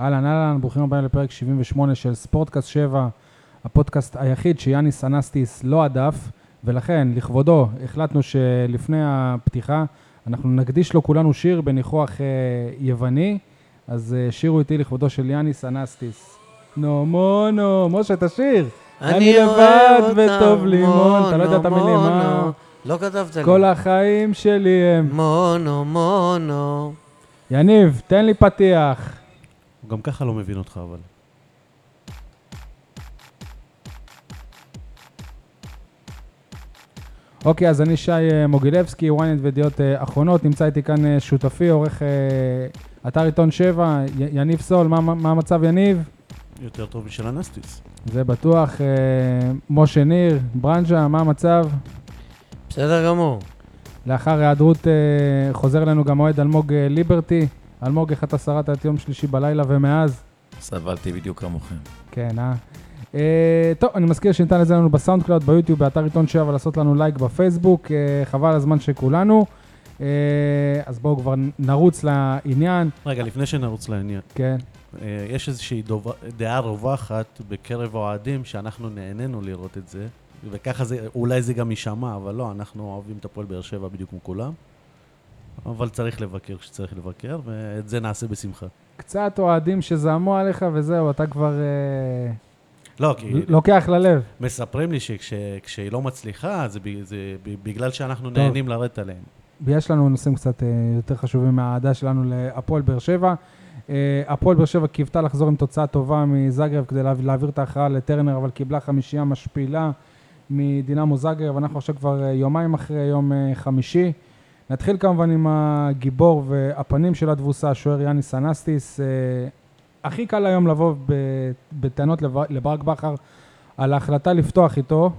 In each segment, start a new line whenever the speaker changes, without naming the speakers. אהלן אהלן, ברוכים הבאים לפרק 78 של ספורטקאסט 7, הפודקאסט היחיד שיאניס אנסטיס לא הדף, ולכן, לכבודו, החלטנו שלפני הפתיחה, אנחנו נקדיש לו כולנו שיר בניחוח אה, יווני, אז אה, שירו איתי לכבודו של יאניס אנסטיס. נו מונו, משה, תשיר. אני לבד
אוהב אותה,
וטוב לי מון, אתה לא יודע את
מונו,
המילים, אה?
מונו. לא כתבת לי.
כל החיים שלי הם...
מונו, מונו.
יניב, תן לי פתיח.
הוא גם ככה לא מבין אותך, אבל.
אוקיי, אז אני שי אה, מוגילבסקי, ynet וידיעות אה, אחרונות. נמצא איתי כאן אה, שותפי, עורך אה, אתר עיתון 7, י- יניב סול. מה- מה מה המצב, יניב?
יותר טוב משל אנסטיס.
זה בטוח. אה, משה ניר, ברנז'ה, מה המצב?
בסדר גמור.
לאחר היעדרות אה, חוזר אלינו גם אוהד אלמוג אה, ליברטי. אלמוג, איך אתה שרדת את יום שלישי בלילה ומאז?
סבלתי בדיוק כמוכם.
כן, אה? אה, טוב, אני מזכיר שניתן לזה לנו בסאונד קלאוד, ביוטיוב, באתר עיתון 7, לעשות לנו לייק בפייסבוק, אה, חבל הזמן שכולנו. אה, אז בואו כבר נרוץ לעניין,
רגע, לפני שנרוץ לעניין,
כן.
אה, יש איזושהי דוב- דעה רווחת בקרב אוהדים שאנחנו נהנינו לראות את זה, וככה זה, אולי זה גם יישמע, אבל לא, אנחנו אוהבים את הפועל באר שבע בדיוק כמו כולם, אבל צריך לבקר כשצריך לבקר, ואת זה נעשה בשמחה.
קצת אוהדים שזעמו עליך וזהו, אתה כבר אה,
לא, כי
כאילו.
לוקח ללב.
מספרים לי שכשהיא לא מצליחה, זה ב- זה ב- בגלל שאנחנו נהנים לרדת עליהם.
יש לנו נושאים קצת אה, יותר חשובים מהאהדה שלנו להפועל באר שבע. אה, הפועל באר שבע קיוותה לחזור עם תוצאה טובה מזאגרב כדי להב- להעביר את ההכרעה לטרנר, אבל קיבלה חמישייה משפילה מדינמו זאגרב. אנחנו עכשיו כבר אה, יומיים אחרי יום אה, חמישי. נתחיל כמובן עם הגיבור והפנים של התבוסה, השוער יאניס אנסטיס. אה, הכי קל היום לבוא ב- בטענות לבר- לברק בכר על ההחלטה לפתוח איתו.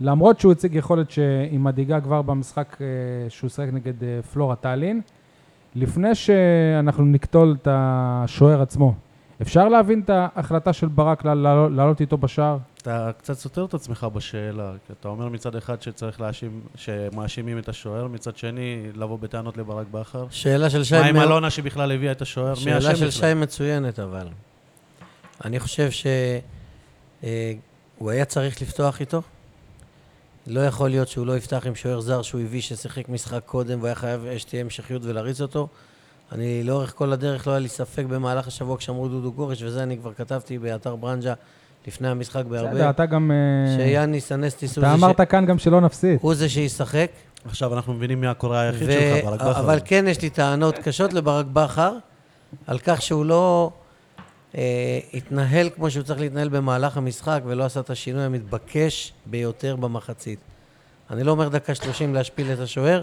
למרות שהוא הציג יכולת שהיא מדאיגה כבר במשחק אה, שהוא שיחק נגד אה, פלורה טאלין, לפני שאנחנו נקטול את השוער עצמו, אפשר להבין את ההחלטה של ברק לע- לעל- לעלות איתו בשער?
אתה קצת סותר את עצמך בשאלה, כי אתה אומר מצד אחד שצריך להאשים, שמאשימים את השוער, מצד שני לבוא בטענות לברק בכר.
שאלה של שי...
מה עם
מאוד-
אלונה שבכלל הביאה את השוער? מי
שאלה
אשם
של
בכלל?
שי מצוינת, אבל. אני חושב שהוא היה צריך לפתוח איתו. לא יכול להיות שהוא לא יפתח עם שוער זר שהוא הביא, ששיחק משחק קודם והיה חייב אה, שתהיה המשכיות ולהריץ אותו. אני לאורך כל הדרך לא היה לי ספק במהלך השבוע כשאמרו דודו גורש, וזה אני כבר כתבתי באתר ברנז'ה לפני המשחק
בסדר,
בהרבה,
אתה גם... אה,
שיאניס אנסטיס הוא
אתה
זה ש-
אמרת כאן גם שלא נפסיד.
הוא זה שישחק.
עכשיו אנחנו מבינים מי הקורא היחיד
ו-
שלך, ברק בכר.
אבל כן יש לי טענות קשות לברק בכר, על כך שהוא לא אה, התנהל כמו שהוא צריך להתנהל במהלך המשחק, ולא עשה את השינוי המתבקש ביותר במחצית. אני לא אומר דקה שלושים להשפיל את השוער,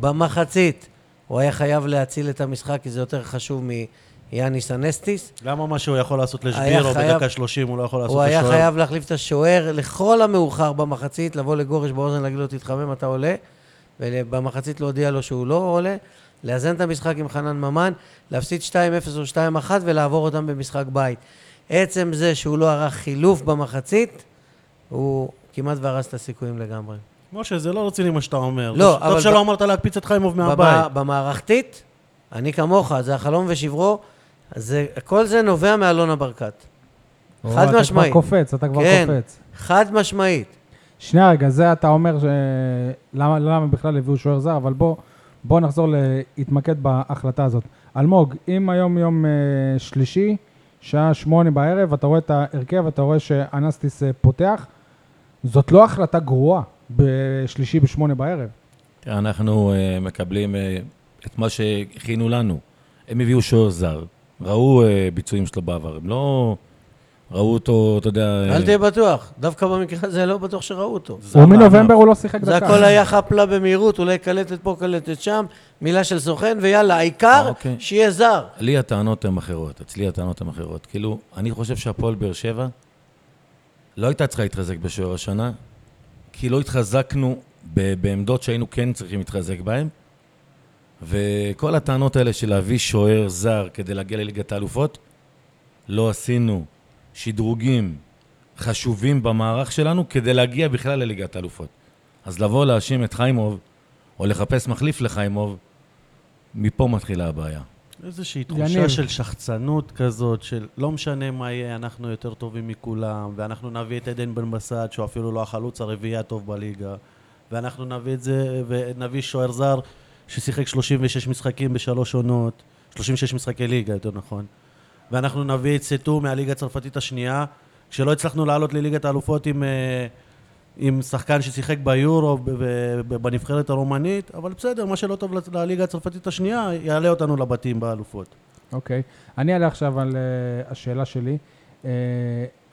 במחצית. הוא היה חייב להציל את המשחק, כי זה יותר חשוב מיאניס אנסטיס.
למה מה שהוא יכול לעשות
היה
לשבירו
חייב-
בדקה 30 הוא לא יכול לעשות
הוא היה
לשוער?
חייב להחליף את השוער לכל המאוחר במחצית, לבוא לגורש באוזן, להגיד לו, תתחמם, אתה עולה, ובמחצית להודיע לו שהוא לא עולה, לאזן את המשחק עם חנן ממן, להפסיד 2-0 או 2-1 ולעבור אותם במשחק בית. עצם זה שהוא לא ערך חילוף במחצית, הוא כמעט והרס את הסיכויים לגמרי.
משה, זה לא רציני מה שאתה אומר.
לא,
טוב
אבל
שלא
ב-
אמרת להקפיץ את חיימוב
במה-
מהבית.
במערכתית, אני כמוך, זה החלום ושברו, זה, כל זה נובע מאלונה ברקת.
או,
חד
אתה כבר
משמעית.
קופץ, אתה כבר
כן.
קופץ.
חד משמעית.
שנייה רגע, זה אתה אומר ש- למה למה בכלל הביאו שוער זר, אבל בוא- בוא נחזור להתמקד בהחלטה הזאת. אלמוג, אם היום יום אה, שלישי, שעה שמונה בערב, אתה רואה את ההרכב, אתה רואה שאנסטיס אה, פותח, זאת לא החלטה גרועה בשלישי בשמונה בערב.
תראה, אנחנו אה, מקבלים אה, את מה שהכינו לנו. הם הביאו שוער זר, ראו אה, ביצועים שלו בעבר, הם לא ראו אותו, אתה יודע... אה,
אל תהיה בטוח, דווקא במקרה הזה לא בטוח שראו אותו.
זה
הוא
המאמן.
מנובמבר הוא לא שיחק
זה
דקה.
הכל היה חפלה במהירות, אולי קלטת פה, קלטת שם, מילה של סוכן, ויאללה, העיקר
אוקיי.
שיהיה זר.
לי הטענות הן אחרות, אצלי הטענות הן אחרות. כאילו, אני חושב שהפועל באר שבע לא הייתה צריכה להתחזק בשוער השנה, כי לא התחזקנו ב- בעמדות שהיינו כן צריכים להתחזק בהן, וכל הטענות האלה של להביא שוער זר כדי להגיע לליגת האלופות, לא עשינו שדרוגים חשובים במערך שלנו כדי להגיע בכלל לליגת האלופות. אז לבוא להאשים את חיימוב, או לחפש מחליף לחיימוב, מפה מתחילה הבעיה.
איזושהי תחושה
יניב.
של שחצנות כזאת, של לא משנה מה יהיה, אנחנו יותר טובים מכולם, ואנחנו נביא את עדן בן בסט, שהוא אפילו לא החלוץ הרביעי הטוב בליגה, ואנחנו נביא את זה, ונביא שוער זר ששיחק 36 משחקים בשלוש עונות, 36 משחקי ליגה, יותר נכון, ואנחנו נביא את סטו מהליגה הצרפתית השנייה, כשלא הצלחנו לעלות לליגת האלופות עם... אה, עם שחקן ששיחק ביורו ב- ב- ב- בנבחרת הרומנית, אבל בסדר, מה שלא טוב ל- לליגה הצרפתית השנייה, יעלה אותנו לבתים באלופות.
אוקיי. אני אעלה עכשיו על אה, השאלה שלי. אה,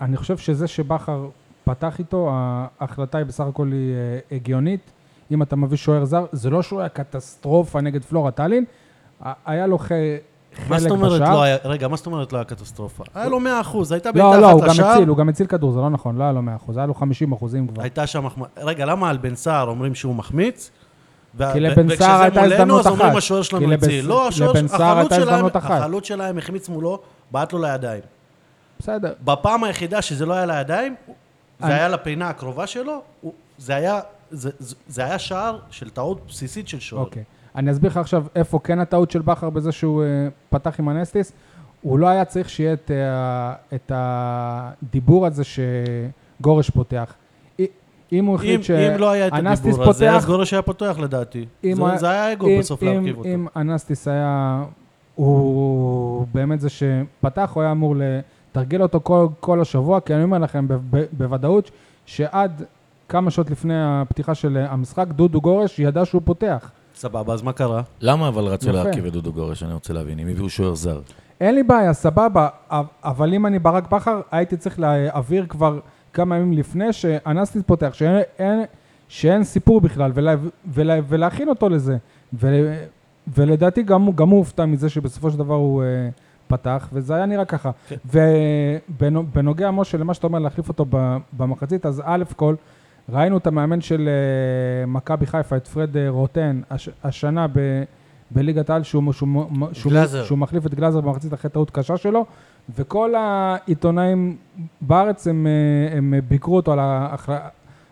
אני חושב שזה שבכר פתח איתו, ההחלטה היא בסך הכל היא אה, הגיונית. אם אתה מביא שוער זר, זה לא שהוא היה קטסטרופה נגד פלורה טאלין, ה- היה לו ח- חלק בשער.
מה זאת אומרת לא היה, רגע, מה זאת אומרת לא היה קטסטרופה? היה לו 100%, הייתה בעיטה
לא, לא, הוא
אחת
גם
לשער,
הציל, הוא גם הציל כדור, זה לא נכון, לא היה לו 100%, היה לו 50 אחוזים כבר.
הייתה שם החמאה. רגע, למה על בן סער אומרים שהוא מחמיץ? ו-
כי
ו-
לבן
וכשזה
סער הייתה
מולנו,
הזדמנות
אז אומרים
אחת.
השוער
כי
שלנו
לבן-
הציל. לא, השוער-
לבן סער
החלוץ
הייתה
שלהם-
הזדמנות אחת.
החלוץ שלהם החמיץ מולו, בעט לו לידיים.
בסדר.
בפעם היחידה שזה לא היה לידיים, זה
אני-
היה לפינה הקרובה שלו, הוא- זה היה... זה, זה, זה היה שער של טעות בסיסית של שוער.
אוקיי. אני אסביר לך עכשיו איפה כן הטעות של בכר בזה שהוא אה, פתח עם הנסטיס. הוא לא היה צריך שיהיה את, אה, את הדיבור הזה שגורש פותח. אי- אם הוא החליט
אם, אם לא היה את
שהנסטיס
הדיבור הזה,
פותח,
אז גורש היה פותח לדעתי.
אם
זה,
היה-
זה היה אגו
אם-
בסוף
אם-
להרכיב אותו.
אם אנסטיס היה, הוא באמת זה שפתח, הוא היה אמור לתרגל אותו כל, כל השבוע, כי אני אומר לכם ב, ב, בוודאות שעד כמה שעות לפני הפתיחה של אה, המשחק, דודו גורש ידע שהוא פותח.
סבבה, אז מה קרה?
למה אבל רצו
יפה.
להרכיב את דודו גורש? אני רוצה להבין. הם הביאו שוער זר.
אין לי בעיה, סבבה, אב- אבל אם אני ברק בכר, הייתי צריך להעביר כבר כמה ימים לפני שאנסטיס פותח, שאין, אין, שאין סיפור בכלל, ולה, ולה, ולהכין אותו לזה. ו, ולדעתי גם, הוא- גם הוא הופתע מזה שבסופו של דבר הוא אה, פתח, וזה היה נראה ככה.
כן.
ובנוגע, משה, למה שאתה אומר, להחליף אותו ב- במחצית, אז א' כל, ראינו את המאמן של אה, מכבי חיפה, את פרד אה, רוטן, הש, השנה ב... בליגת העל שהוא, שהוא, שהוא,
גלאזר.
שהוא מחליף את גלאזר במחצית אחרי טעות קשה שלו, וכל העיתונאים בארץ הם, אה, הם ביקרו אותו על, ההחל...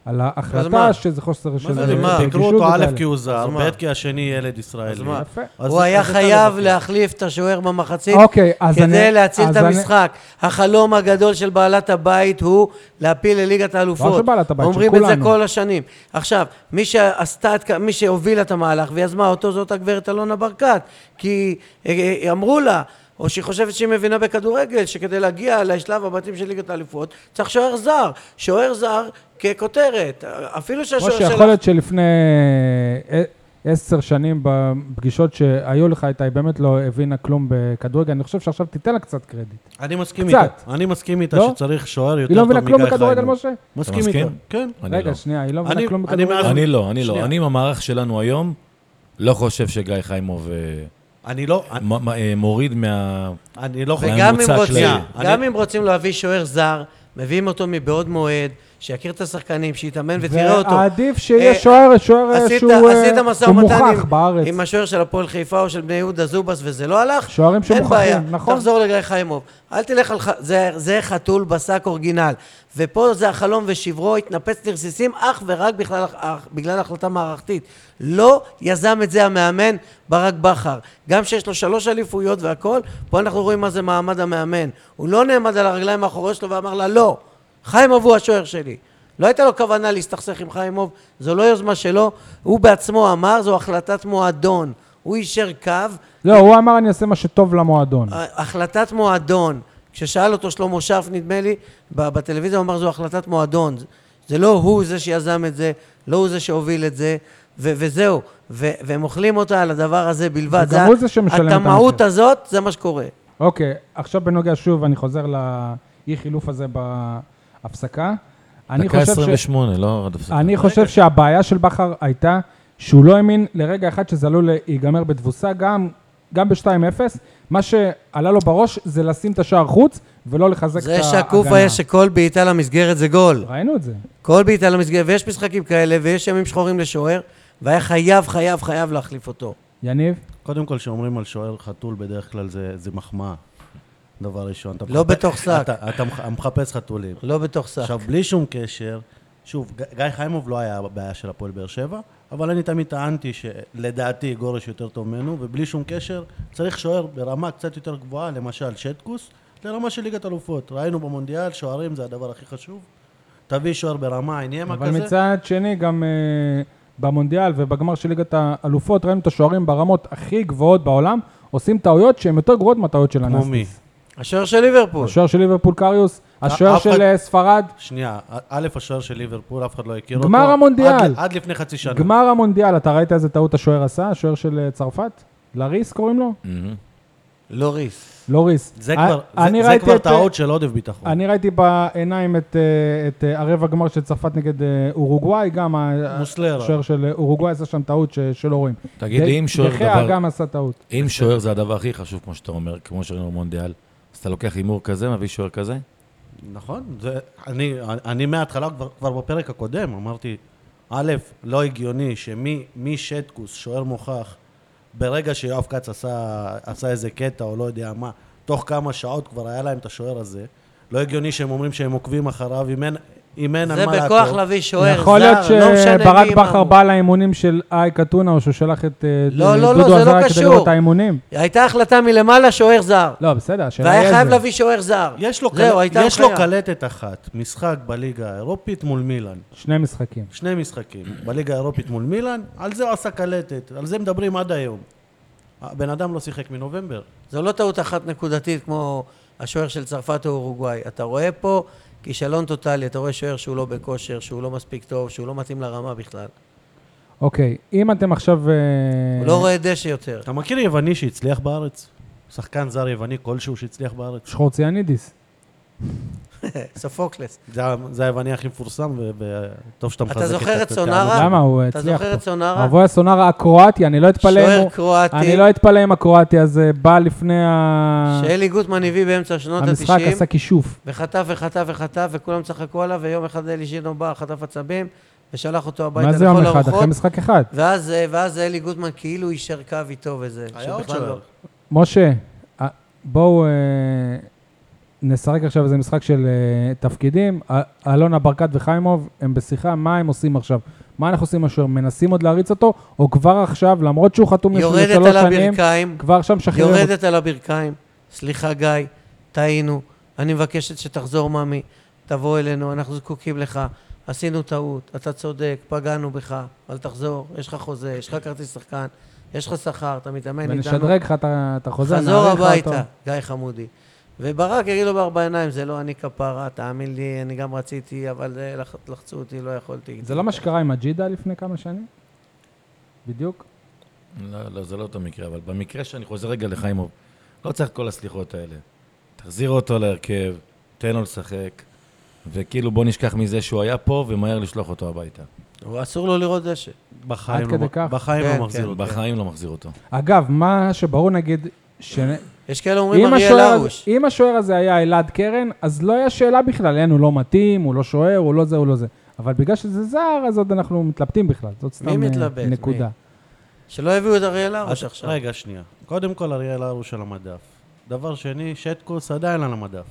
על
אז מה?
ההחלטה שזה חוסר של
מה זה,
אז מה?
רגישות
ביקרו אותו
וכאלה.
א' כי הוא זר,
אז מה?
ב' כי השני ילד ישראלי.
אז מה?
יפה.
אז-
הוא היה
אז אתה לא
חייב
מבקר.
להחליף את השוער במחצית
אוקיי, אז אני...
כדי להציל
אז
את
אני-
המשחק. החלום הגדול של בעלת הבית הוא להפיל לליגת
לא של
האלופות.
בעלת הבית, של
אומרים את זה
כולנו.
כל השנים. עכשיו, מי שעשתה, את כ- מי שהובילה את המהלך ויזמה אותו זאת הגברת אלונה ברקת, כי אה, אה, אמרו לה, או שהיא חושבת שהיא מבינה בכדורגל, שכדי להגיע לשלב הבתים של ליגת האליפות, צריך שוער זר. שוער זר ככותרת. אפילו שהשוער
משה,
שלך...
יכול להיות שלפני אה, עשר שנים בפגישות שהיו לך איתה, היא באמת לא הבינה כלום בכדורגל. אני חושב שעכשיו תיתן לה קצת קרדיט.
אני מסכים
קצת.
איתה. אני מסכים איתה
לא?
שצריך שוער יותר
היא
טוב
לא
מגיא
מבינה
חיימוב.
כלום בכדורגל, משה?
מסכים
מסכים?
איתה, כן.
אני
רגע,
לא.
שנייה, היא לא
אני-
מבינה כלום
אני
בכדורגל.
מאז-
אני לא, אני
שנייה.
לא. אני עם המערך שלנו היום, לא חושב שגיא חיימוב אה,
אני לא... אני-
מ- מ- אה, מוריד מה...
אני לא חושב...
היה
וגם אם
ממוצע
רוצים,
שנייה,
אני-
גם אם רוצים להביא שוער זר, מביאים אותו מבעוד מועד, שיכיר את השחקנים, שיתאמן ותראה אותו.
ועדיף שיהיה
אה,
שוער, שוער אה,
עשית,
שהוא אה,
עשית משא
שהוא
ומתן
מוכח
עם,
בארץ.
עם השוער של הפועל חיפה או של בני יהודה זובס וזה לא הלך?
שוערים
אין בעיה,
שמוכחים, נכון?
תחזור לגיא חיימוב. אל תלך על ח... זה, זה חתול בשק אורגינל. ופה זה החלום ושברו, התנפץ לרסיסים אך ורק בכלל, אך, בגלל החלטה מערכתית. לא יזם את זה המאמן ברק בכר. גם שיש לו שלוש אליפויות והכול, פה אנחנו רואים מה זה מעמד המאמן. הוא לא נעמד על הרגליים האחוריות שלו ואמר לה, לא, חיימוב הוא השוער שלי. לא הייתה לו כוונה להסתכסך עם חיימוב, זו לא יוזמה שלו, הוא בעצמו אמר, זו החלטת מועדון. הוא יישר קו,
לא, הוא אמר אני אעשה מה שטוב למועדון.
אה. החלטת מועדון, כששאל אותו שלמה שרף, נדמה לי, ב- בטלוויזיה הוא אמר זו החלטת מועדון. זה לא הוא זה שיזם את זה, לא הוא זה שהוביל את זה, ו- וזהו. ו- והם אוכלים אותה על הדבר הזה בלבד.
וגם הוא זה שמשלם את המחיר.
הטמעות הזאת, זה מה שקורה.
אוקיי, עכשיו בנוגע שוב, אני חוזר לאי חילוף הזה בהפסקה. אני
דקה
חושב ש...
28, לא עד הפסקה.
אני חושב שהבעיה של בכר הייתה שהוא לא האמין לרגע אחד שזה עלול להיגמר בתבוסה, גם, גם ב-2-0. מה שעלה לו בראש זה לשים את השער חוץ ולא לחזק את
זה
ההגנה.
שהקוף היה שכל בעיטה למסגרת זה גול.
ראינו את זה.
כל בעיטה למסגרת, ויש משחקים כאלה, ויש ימים שחורים לשוער, והיה חייב, חייב, חייב להחליף אותו.
יניב,
קודם כל, כשאומרים על שוער חתול, בדרך כלל זה זה מחמאה. דבר ראשון. אתה
לא
מחפש-
בתוך שק.
אתה- אתה מח- מחפש חתולים.
לא בתוך שק.
עכשיו, בלי שום קשר, שוב, ג- גיא חיימוב לא היה הבעיה של הפועל באר שבע, אבל אני תמיד טענתי שלדעתי גורש יותר טוב ממנו, ובלי שום קשר, צריך שוער ברמה קצת יותר גבוהה, למשל שטקוס, לרמה של ליגת אלופות. ראינו במונדיאל, שוערים זה הדבר הכי חשוב. תביא שוער ברמה, עניין מה
אבל
כזה.
מצד שני, גם אה, במונדיאל ובגמר של ליגת האלופות, ראינו את השוערים ברמות הכי גבוהות בעולם, עושים טעויות שהן יותר גרועות מהטעויות של
כמו מי?
אנסטיס.
השוער של ליברפול.
השוער של ליברפול קריוס, השוער
אף אחד-
של אה, ספרד,
שנייה, א- א', השוער של ליברפול, אף אחד לא הכיר אותו.
גמר המונדיאל.
עד, עד לפני חצי שנה. גמר...
גמר המונדיאל, אתה ראית איזה טעות השוער עשה? השוער של אה, צרפת? לריס קוראים לו?
מהמם.
לא ריס.
לא ריס.
זה
אה,
כבר,
אני
זה, זה
ראיתי
כבר
את, אה,
טעות של עודף ביטחון.
אני ראיתי בעיניים את, אה, את אה, הרבע גמר של צרפת נגד אה, אורוגוואי, גם ה-
מוסלרה.
השוער של אה, אורוגוואי עשה שם טעות ש- שלא רואים.
תגיד
ד-
לי, אם שוער
דחיה
דבר...
גם עשה טעות.
אם שוער זה הדבר הכי חשוב, כמו שאתה אומר, כמו שראינו במונדיאל, אז אתה לוקח הימור כזה, מביא שוער כזה?
נכון, זה, אני, אני מההתחלה, כבר, כבר בפרק הקודם, אמרתי, א', לא הגיוני שמי מי שטקוס, שוער מוכח, ברגע שיואב כץ עשה, עשה איזה קטע או לא יודע מה, תוך כמה שעות כבר היה להם את השוער הזה, לא הגיוני שהם אומרים שהם עוקבים אחריו, אם אין, אם אין
זה
על מה
בכוח
לעקוב.
להביא שוער
יכול להיות
זר, לא משנה מי
שברק
אם
בכר
הוא.
בא לאימונים של אייק אתונה, או שהוא שלח את אה,
לא, לא, לא,
דודו
זה לא
עזרא כדי
קשור.
לראות את האימונים?
הייתה החלטה מלמעלה, שוער זר.
לא, בסדר, השאלה
והיה
היא
חייב
איזה.
להביא שוער זר.
יש לו,
זהו,
קל...
הייתה
יש לו
הנחיה.
קלטת אחת, משחק בליגה האירופית מול מילאן.
שני משחקים.
שני משחקים, בליגה האירופית מול מילאן, על זה הוא עשה קלטת, על זה מדברים עד היום. הבן אדם לא שיחק מנובמבר.
זו לא טעות אחת נקודתית כמו השוער של צרפת או אורוגוואי. אתה רואה פה כישלון טוטאלי, אתה רואה שוער שהוא לא בכושר, שהוא לא מספיק טוב, שהוא לא מתאים לרמה בכלל.
אוקיי, אם אתם עכשיו... אה,
הוא לא רואה דשא יותר.
אתה מכיר יווני שהצליח בארץ? שחקן זר יווני כלשהו שהצליח בארץ?
שחורציאנידיס.
סופוקלס.
זה, ה- זה היווני הכי מפורסם, ו- וטוב שאתה מחזק את
זוכר את
הטענות.
סונארה?
למה? הוא
נכון.
אה,
אתה
הצליח
זוכר את
פה.
סונארה?
עבור הסונארה הקרואטי, אני לא אתפלא אם
שוער
הוא...
קרואטי,
אני לא אתפלא אם הקרואטי הזה בא לפני ה...
שאלי גוטמן הביא באמצע שנות
המשחק
ה-90,
עשה כישוף.
וחטף וחטף וחטף, וכולם צחקו עליו, ויום אחד אלי שינו בא, חטף עצבים, ושלח אותו הביתה
מה זה יום
לכל
אחד? אחרי
הרוחות.
משחק אחד.
ואז, אה, ואז אלי גוטמן כאילו יישר קו איתו וזה.
היה עוד
שבכלל לא.
שוער.
משה, אה, בואו אה, נשחק עכשיו איזה משחק של אה, תפקידים. א- אלונה ברקת וחיימוב הם בשיחה, מה הם עושים עכשיו? מה אנחנו עושים עכשיו? מנסים עוד להריץ אותו, או כבר עכשיו, למרות שהוא חתום לשלוש
יורדת על
שנים,
הברכיים,
כבר עכשיו משחררים אותו?
יורדת על הברכיים. סליחה, גיא, טעינו. אני מבקשת שתחזור, ממי. תבוא אלינו, אנחנו זקוקים לך. עשינו טעות, אתה צודק, פגענו בך, אבל תחזור, יש לך חוזה, יש לך כרטיס שחקן, יש לך שכר, אתה מתאמן איתנו.
ונשדרג לך את ה- את החוזה,
חזור
נאריך לך
הביתה,
אותו.
גיא חמודי. וברק יגיד לו בארבע עיניים, זה לא אני כפרה, תאמין לי, אני גם רציתי, אבל אה, לח- לחצו אותי, לא יכולתי.
זה לא מה שקרה עם הג'ידה לפני כמה שנים? בדיוק.
לא, לא, זה לא אותו מקרה, אבל במקרה שאני חוזר רגע לחיימוב, לא צריך כל הסליחות האלה. תחזיר אותו להרכב, תן לו לשחק, וכאילו בוא נשכח מזה שהוא היה פה, ומהר לשלוח אותו הביתה.
לא-
הוא אסור לו לראות דשא.
בחיים
עד
לא,
כדי
מ-
כך?
בחיים
כן,
לא מחזיר
כן.
אותו.
בחיים לא מחזיר אותו.
אגב, מה שברור נגיד, ש...
יש כאלה אומרים
אם,
אריאל
השוער,
הרוש.
אם השוער הזה היה אלעד קרן, אז לא היה שאלה בכלל, אין, הוא לא מתאים, הוא לא שוער, הוא לא זה, הוא לא זה. אבל בגלל שזה זר, אז עוד אנחנו מתלבטים בכלל. זאת סתם
מי
אה,
מתלבט? מי?
נקודה.
שלא הביאו את אריאל הרוש
אז-
עכשיו.
רגע, שנייה. קודם כל, אריאל הרוש על המדף. דבר שני, שטקוס עדיין על המדף.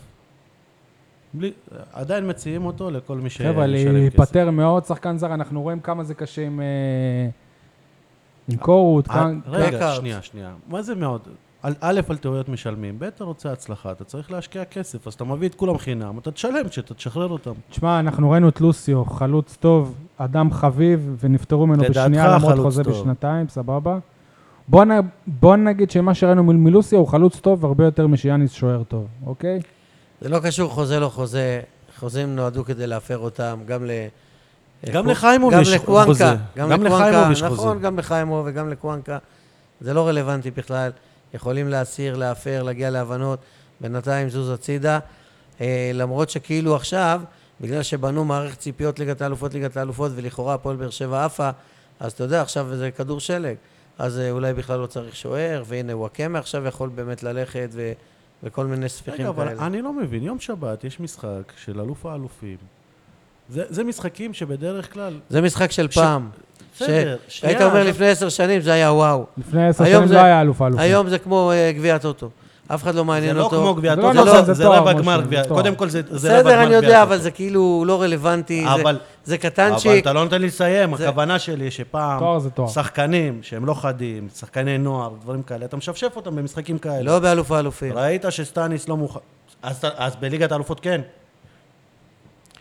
בלי, עדיין מציעים אותו לכל מי
כן,
שמשלם כסף.
חבר'ה, להיפטר מעוד שחקן זר, אנחנו רואים כמה זה קשה עם, אה, עם קורות.
אה,
כמה-
רגע,
בקארט.
שנייה, שנייה. מה זה מאוד? על- א', על טעויות משלמים, ב', אתה רוצה הצלחה, אתה צריך להשקיע כסף, אז אתה מביא את כולם חינם, אתה תשלם כשאתה תשחרר אותם.
תשמע, אנחנו ראינו את לוסיו, חלוץ טוב, אדם חביב, ונפטרו ממנו
לדעתך
בשנייה, למרות
חלוץ
חוזה
טוב.
בשנתיים, סבבה? בוא, נ... בוא נגיד שמה שראינו מ- מלוסיו הוא חלוץ טוב, הרבה יותר משיאניס שוער טוב, אוקיי?
זה לא קשור חוזה לא חוזה, חוזים נועדו כדי להפר אותם, גם ל... אה,
גם לחיימוב יש
גם לקוואנקה,
חוזה.
גם
גם
לקוואנקה,
לחיימוב יש
נכון,
חוזה.
גם לחיימוב וגם לקוואנקה. זה לא רלוונטי בכלל. יכולים להסיר, להפר, להגיע להבנות. בינתיים זוז הצידה. אה, למרות שכאילו עכשיו, בגלל שבנו מערכת ציפיות ליגת האלופות, ליגת האלופות, ולכאורה הפועל באר שבע עפה, אז אתה יודע, עכשיו זה כדור שלג. אז אה, אולי בכלל לא צריך שוער, והנה וואקמה עכשיו יכול באמת ללכת, ו... וכל מיני ספיחים
רגע, אבל
כאלה.
אני לא מבין, יום שבת יש משחק של אלוף האלופים. זה זה משחקים שבדרך כלל...
זה משחק של
ש-
פעם.
בסדר,
היית
שנייה,
אומר
זה-
לפני עשר שנים, זה היה וואו.
לפני עשר
היום
שנים
זה-
לא היה אלוף האלופים.
היום זה כמו אה, גביע הטוטו. אף אחד לא
זה
מעניין
לא
אותו.
כמו גביע
זה
הטוטו,
לא נכון,
זה-
זה
זה
תואר,
רבע
משה,
גמר
זה
גביע.
תואר.
קודם כל זה זה רבע גמר גביע.
בסדר, אני יודע,
הטוטו.
אבל זה כאילו לא רלוונטי, זה-
אבל-
זה
אבל
קטנצ'יק.
אתה לא נותן לי לסיים,
זה-
הכוונה שלי שפעם...
תואר זה תואר.
שחקנים שהם לא חדים, שחקני נוער, דברים כאלה, אתה משפשף אותם במשחקים כאלה.
לא באלוף האלופים.
ראית שסטניס לא מוכן... אז, אז בליגת האלופות כן.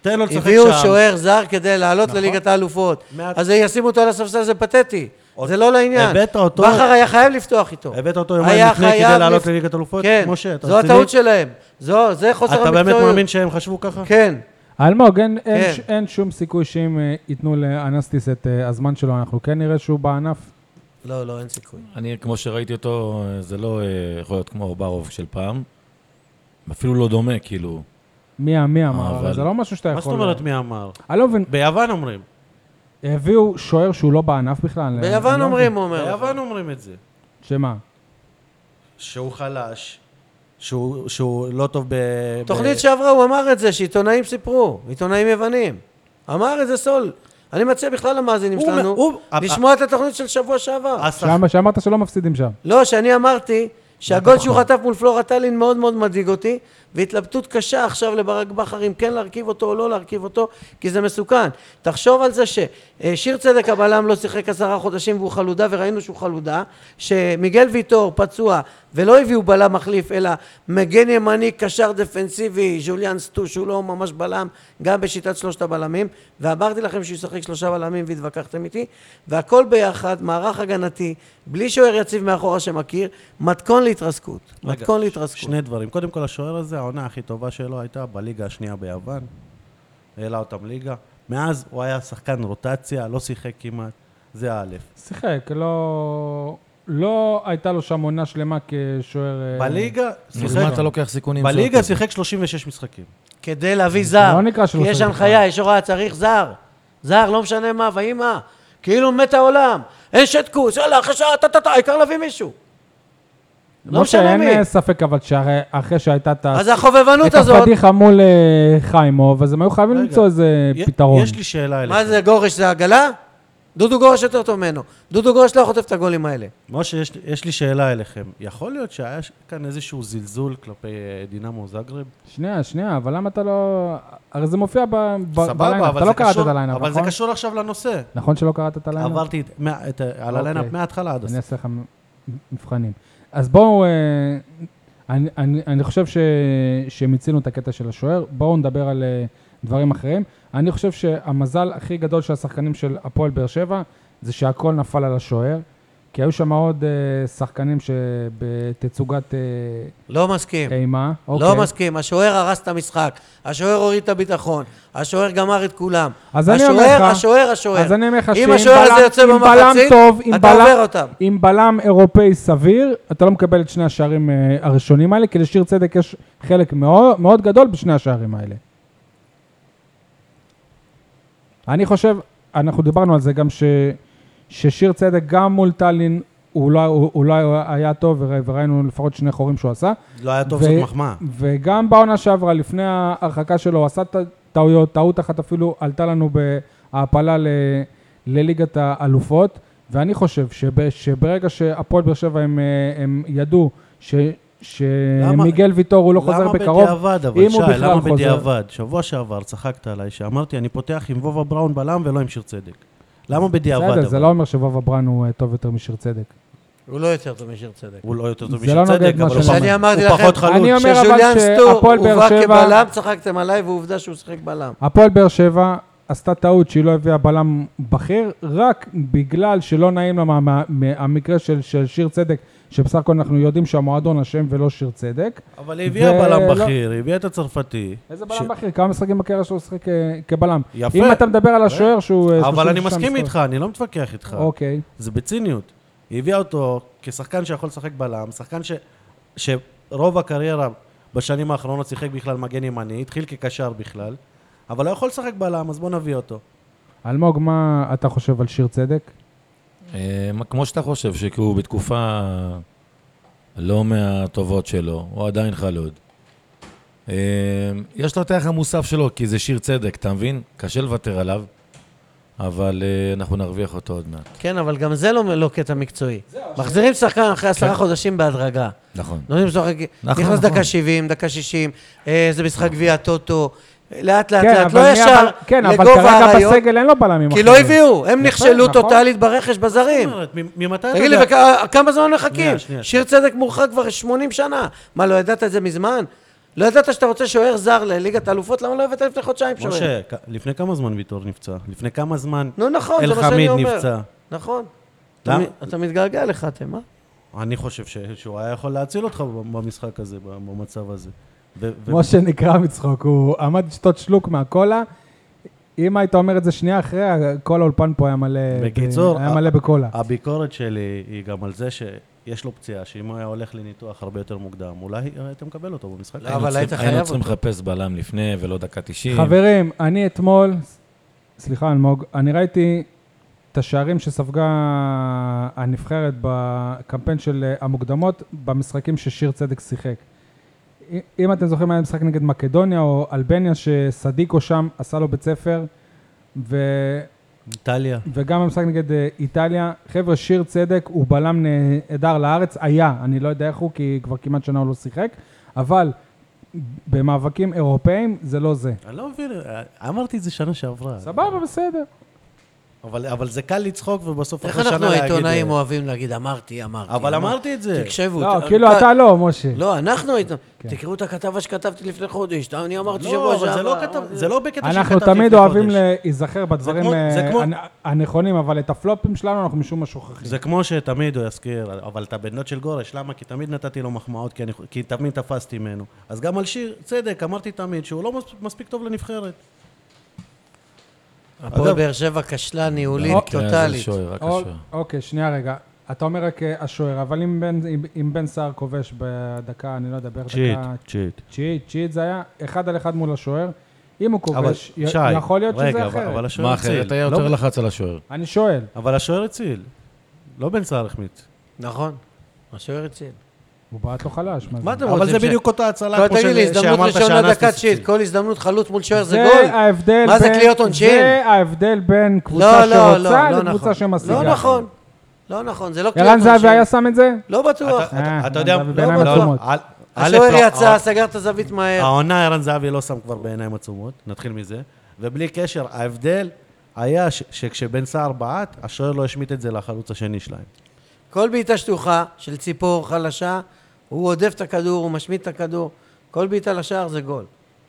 תן לו לשחק לא שם.
הביאו שוער זר כדי לעלות
נכון.
לליגת האלופות.
מה-
אז ישימו אותו על הספסל, זה פתטי.
עוד-
זה לא לעניין.
הבאת אותו-
בכר היה חייב לפתוח איתו.
הבאת אותו יומיים
היה
לפני
חייב
כדי לעלות
לפ-
לליגת האלופות?
כן,
משה, אתה
זו
רציני?
הטעות שלהם. זו, זה חוסר
אתה
המקצועיות.
באמת מאמין שהם חשבו ככה?
כן.
אלמוג, אין, אין,
כן.
ש- אין שום סיכוי שאם אה, ייתנו לאנסטיס את אה, הזמן שלו, אנחנו כן נראה שהוא בענף.
לא, לא, אין סיכוי.
אה,
אני, כמו שראיתי אותו, אה, זה לא אה, יכול להיות כמו אורברוב של פעם. אפילו לא דומה, כאילו.
מי מי אמר,
אבל-
אבל זה לא משהו שאתה יכול...
מה זאת אומרת מי אמר?
אני לא מבין,
ביוון אומרים.
הביאו שוער שהוא לא בענף בכלל. אני
ביוון
לא
אומרים, הוא אומר. לך.
ביוון אומרים את זה.
מבין. שמה?
שהוא חלש, שהוא שהוא לא טוב ב...
תוכנית
ב-
שעברה הוא אמר את זה, שעיתונאים סיפרו, עיתונאים יוונים. אמר את זה סול. אני מציע בכלל למאזינים
הוא-
שלנו
הוא-
לשמוע את התוכנית של שבוע שעבר.
השח-
שמה, שאמרת שלא מפסידים שם.
לא, שאני אמרתי שהגול שהוא
נכון.
חטף מול פלורה טלין מאוד מאוד מדאיג אותי, והתלבטות קשה עכשיו לברק בכר אם כן להרכיב אותו או לא להרכיב אותו, כי זה מסוכן. תחשוב על זה ששיר צדק הבלם לא שיחק עשרה חודשים והוא חלודה, וראינו שהוא חלודה, שמיגל ויטור פצוע, ולא הביאו בלם מחליף, אלא מגן ימני, קשר דפנסיבי, ז'וליאן סטו, שהוא לא ממש בלם, גם בשיטת שלושת הבלמים, ואמרתי לכם שהוא ישחק שלושה בלמים והתווכחתם איתי, והכל ביחד, מערך הגנתי, בלי שוער יציב מאחורה שמכיר, מתכון להתרסקות.
רגע,
מתכון
ש-
להתרסקות.
שני דברים. קודם כל, השוער הזה, העונה הכי טובה שלו הייתה בליגה השנייה ביוון. העלה אותם ליגה. מאז הוא היה שחקן רוטציה, לא שיחק כמעט. זה א'.
כן. שיחק, לא... לא הייתה לו שם עונה שלמה כשוער... אה,
בליגה,
אז מה
שיחק,
אתה לוקח סיכונים?
בליגה
זה...
שיחק 36 משחקים.
כדי להביא זר,
לא נקרא
כי
שלא
יש
צריך
הנחיה, יש הוראה, צריך זר. זר, לא משנה מה, ויהי מה. כאילו מת העולם. אין שטקוס, יאללה, אחרי שעה, טה טה טה, העיקר להביא מישהו. לא
משה,
משנה
אין
מי.
אה, ספק אבל שאחרי אחרי שהייתה את ה-
אז החובבנות
את
הזאת,
הפדיחה מול אה, חיימוב, אז הם היו חייבים
רגע,
למצוא איזה
י-
פתרון.
יש לי שאלה אליך.
מה זה גורש, זה עגלה? דודו גורש יותר טוב ממנו. דודו גורש לא חוטף את הגולים האלה.
משה, יש, יש לי שאלה אליכם. יכול להיות שהיה ש- כאן איזשהו זלזול כלפי אה, דינמו זגרב?
שנייה, שנייה, אבל למה אתה לא... הרי זה מופיע ב... ב- בליינאפ,
סבבה, אבל
אתה לא
זה
קראת
קשור-
את הליינאפ,
אבל זה
נכון?
קשור עכשיו לנושא.
נכון שלא קראת את הליינאפ?
עברתי את- מה- את ה- על
אוקיי.
הליינאפ מההתחלה
אני
עד הסוף.
אעשה לך מ- מבחנים. אז בואו, אה, אני, אני, אני חושב ש, שמיצינו את הקטע של השוער, בואו נדבר על אה, דברים אחרים. אני חושב שהמזל הכי גדול של השחקנים של הפועל באר שבע, זה שהכל נפל על השוער, כי היו שם עוד אה, שחקנים שבתצוגת אה,
לא מסכים.
אימה. אוקיי.
לא מסכים. השוער הרס את המשחק. השוער הוריד את הביטחון. השוער גמר את כולם.
אז אני אומר לך-
השוער, השוער, השוער.
אז אני אומר לך
אם
שאם
השוער הזה
בלם-
יוצא
אם בלם
במחצית,
טוב, אם
אתה
בלם-
עובר אותם.
עם בלם אירופאי סביר, אתה לא מקבל את שני השערים אה, הראשונים האלה, כי לשיר צדק יש חלק מאוד, מאוד גדול בשני השערים האלה. אני חושב, אנחנו דיברנו על זה גם ש, ששיר צדק גם מול טאלין הוא לא, הוא, הוא לא היה טוב, ורא- וראינו לפחות שני חורים שהוא עשה,
לא היה טוב,
ו-
זאת מחמאה.
וגם בעונה שעברה, לפני ההרחקה שלו, הוא עשה ט- טעויות, טעות אחת אפילו עלתה לנו בהעפלה ל... לליגת האלופות, ואני חושב שב... שברגע שהפועל באר שבע הם, אה, הם ידעו ש...
למה-
שמיגל ויטור הוא לא חוזר בקרוב,
למה בדיעבד, אבל
אם
שי,
הוא בכלל
למה
חוזר.
בדיעבד? שבוע שעבר צחקת עליי שאמרתי, אני פותח עם וובה בראון בלם ולא עם שיר צדק. למה בדיעבד?
בסדר, זה
אבל?
לא אומר שובה ברן הוא אה, טוב יותר משיר צדק.
הוא לא יותר טוב משיר צדק.
הוא לא יותר טוב
זה לא
משיר
נוגד
צדק,
מה
אבל הוא
שאני
פחות-
אמרתי
הוא
לכם.
פחות
אני
חלוץ.
אומר אבל
כשז'וליאן סטור
שהפועל באר
הובא
שבע-
כבלם, צחקתם עליי, ועובדה שהוא שיחק בלם.
הפועל באר שבע עשתה טעות שהיא לא הביאה בלם בכיר, רק בגלל שלא נעים לה מה- מה- מהמקרה של, של שיר צדק, שבסך הכל אנחנו יודעים שהמועדון אשם ולא שיר צדק.
אבל היא הביאה
זה
בלם
לא-
בכיר, היא הביאה את הצרפתי.
איזה
ש-
בלם בכיר? כמה משחקים בקריירה שלו הוא שיחק אה, כבלם?
יפה.
אם אתה מדבר על השוער שהוא... אה,
אבל אני
36
מסכים
מספר.
איתך, אני לא מתווכח איתך.
אוקיי.
זה בציניות. היא הביאה אותו כשחקן שיכול לשחק בלם, שחקן ש... שרוב הקריירה בשנים האחרונות שיחק בכלל מגן ימני, התחיל כקשר בכלל, אבל לא יכול לשחק בלם, אז בוא נביא אותו.
אלמוג, מה אתה חושב על שיר צדק?
אה, מה- כמו שאתה חושב, שהוא בתקופה לא מהטובות שלו, הוא עדיין חלוד. אה, יש לו את הערך המוסף שלו, כי זה שיר צדק, אתה מבין? קשה לוותר עליו. אבל אה, אנחנו נרוויח אותו עוד מעט.
כן, אבל גם זה לא, לא קטע מקצועי. מחזירים שחקן אחרי
כן.
עשרה חודשים בהדרגה.
נכון.
נותנים לא לשחק,
נכון,
נכנס
נכון.
דקה 70, דקה 60, אה, זה משחק גביע טוטו, לאט לאט
כן,
לאט,
אבל
לא
מי
ישר
הבל- כן, אבל
לגובה
כרגע
האריות,
בסגל אין לו בלמים
כי
אחרים.
לא הביאו, הם
יפה,
נכשלו
נכון. אה,
טוטאלית ברכש בזרים.
זאת אומרת, מ- ממתי אתה
כן. תגיד לי,
יודע?
וכ- אה, כמה זמן מחכים?
שנייה, שנייה.
שיר צדק מורחק כבר 80 שנה. מה, לא ידעת את זה מזמן? לא ידעת שאתה רוצה שוער זר לליגת האלופות? למה לא הבאת לפני חודשיים שוער?
משה, כ- לפני כמה זמן ויטור נפצע? לפני כמה זמן
נו, נכון, זה מה שאני
אלחמיד
אומר.
נפצע?
נכון. אתה
למה?
מ- אתה מתגעגע לך, אתם, אה?
אני חושב ש- שהוא היה יכול להציל אותך במשחק הזה, במצב הזה. ו- ו-
משה נקרע מצחוק, הוא עמד לשתות שלוק מהקולה. אם היית אומר את זה שנייה אחרי, כל האולפן פה היה מלא...
בקיצור,
היה מלא בקולה.
הביקורת שלי היא גם על זה שיש לו פציעה, שאם הוא היה הולך לניתוח הרבה יותר מוקדם, אולי היית מקבל אותו במשחק.
לא, אבל היית חייב
היינו צריכים
אותו.
לחפש בלם לפני ולא דקה 90.
חברים, אני אתמול, סליחה אלמוג, אני ראיתי את השערים שספגה הנבחרת בקמפיין של אה, המוקדמות במשחקים ששיר צדק שיחק. אם- אם אתם זוכרים, היה משחק נגד מקדוניה או אלבניה, שסדיקו שם עשה לו בית ספר, ו...
איטליה.
וגם המשחק נגד אה, איטליה. חבר'ה, שיר צדק הוא בלם נהדר לארץ, היה, אני לא יודע איך הוא, כי כבר כמעט שנה הוא לא שיחק, אבל במאבקים אירופאיים זה לא זה.
אני לא מבין, אמרתי את זה שנה שעברה.
סבבה, בסדר.
אבל אבל זה קל לצחוק ובסוף
איך
אחרי שנה
אנחנו
להגיד...
העיתונאים
אה,
אוהבים להגיד, אמרתי, אמרתי.
אבל אמרתי את זה.
תקשיבו.
לא,
ת-
כאילו
ת-
אתה לא, משה.
כן.
לא, אנחנו היינו... תקראו את הכתבה שכתבתי לפני חודש, ת- אני אמרתי
לא,
שבוע
אבל
שעבר.
זה לא כתב, זה לא בקטע שכתבתי
אנחנו תמיד
לפני
אוהבים
חודש.
להיזכר בדברים
כמו- זה
אה,
כמו-
הנ- הנכונים, אבל את הפלופים שלנו אנחנו משום מה שוכחים.
זה כמו שתמיד הוא יזכיר, אבל את הבן דוד של גורש, למה? כי תמיד נתתי לו מחמאות, כי, אני, כי תמיד תפסתי ממנו. אז גם על שיר צדק, אמרתי תמיד שהוא לא מס- מספיק טוב לנבחרת.
הפועל
אגב-
באר שבע כשלה ניהולית
כן,
במקרה הזה
טוטאלית.
כן, שוער, רק
או-
השוער.
אוקיי, שנייה רגע. אתה אומר רק אה, השוער, אבל אם בן- אם- אם בן סער כובש בדקה, אני לא יודע, בערך
צ'יט,
דקה
צ'יט.
תשיעית, תשיעית זה היה אחד על אחד מול השוער. אם הוא
אבל
כובש,
שי,
י- יכול להיות שזה
רגע, אבל- אבל
אחרת.
השוער
מה אחרת?
הציל.
היה
לא-
יותר לחץ על השוער.
אני שואל,
אבל השוער הציל. לא בן סער החמיץ.
נכון. השוער הציל.
הוא בעט לו חלש. מה זה?
מה אתם רוצים?
אבל זה
ש-
בדיוק אותה
לא,
הצלה כמו ש-
תגיד לי, הזדמנות
שאמרת
ראשונה
שאנסטיס
דקה
הציל.
תשיעית, כל הזדמנות חלוץ מול שוער זה גול.
זה ההבדל
מה זה
בין-
קליעות עונשין?
זה ההבדל בין קבוצה
לא, לא,
שרוצה
לא, לא
לקבוצה
נכון.
שמשיגה.
לא נכון. לא נכון, זה לא
ערן זהבי היה שם את זה?
לא בטוח.
אתה- אתה-
אה,
אתה יודע,
אבל בעיניים
לא, לא,
עצומות.
אל- א',
השוער
לא, אה,
יצא, סגר את הזווית מהר.
העונה ערן זהבי לא שם כבר בעיניים עצומות, נתחיל מזה. ובלי קשר, ההבדל היה ש- שכשבן סער בעט, השוער לא השמיט את זה לחלוץ השני שלהם.
כל בעיטה שטוחה של ציפור חלשה, הוא עודף את הכדור, הוא משמיט את הכדור. כל בעיטה לשער זה גול.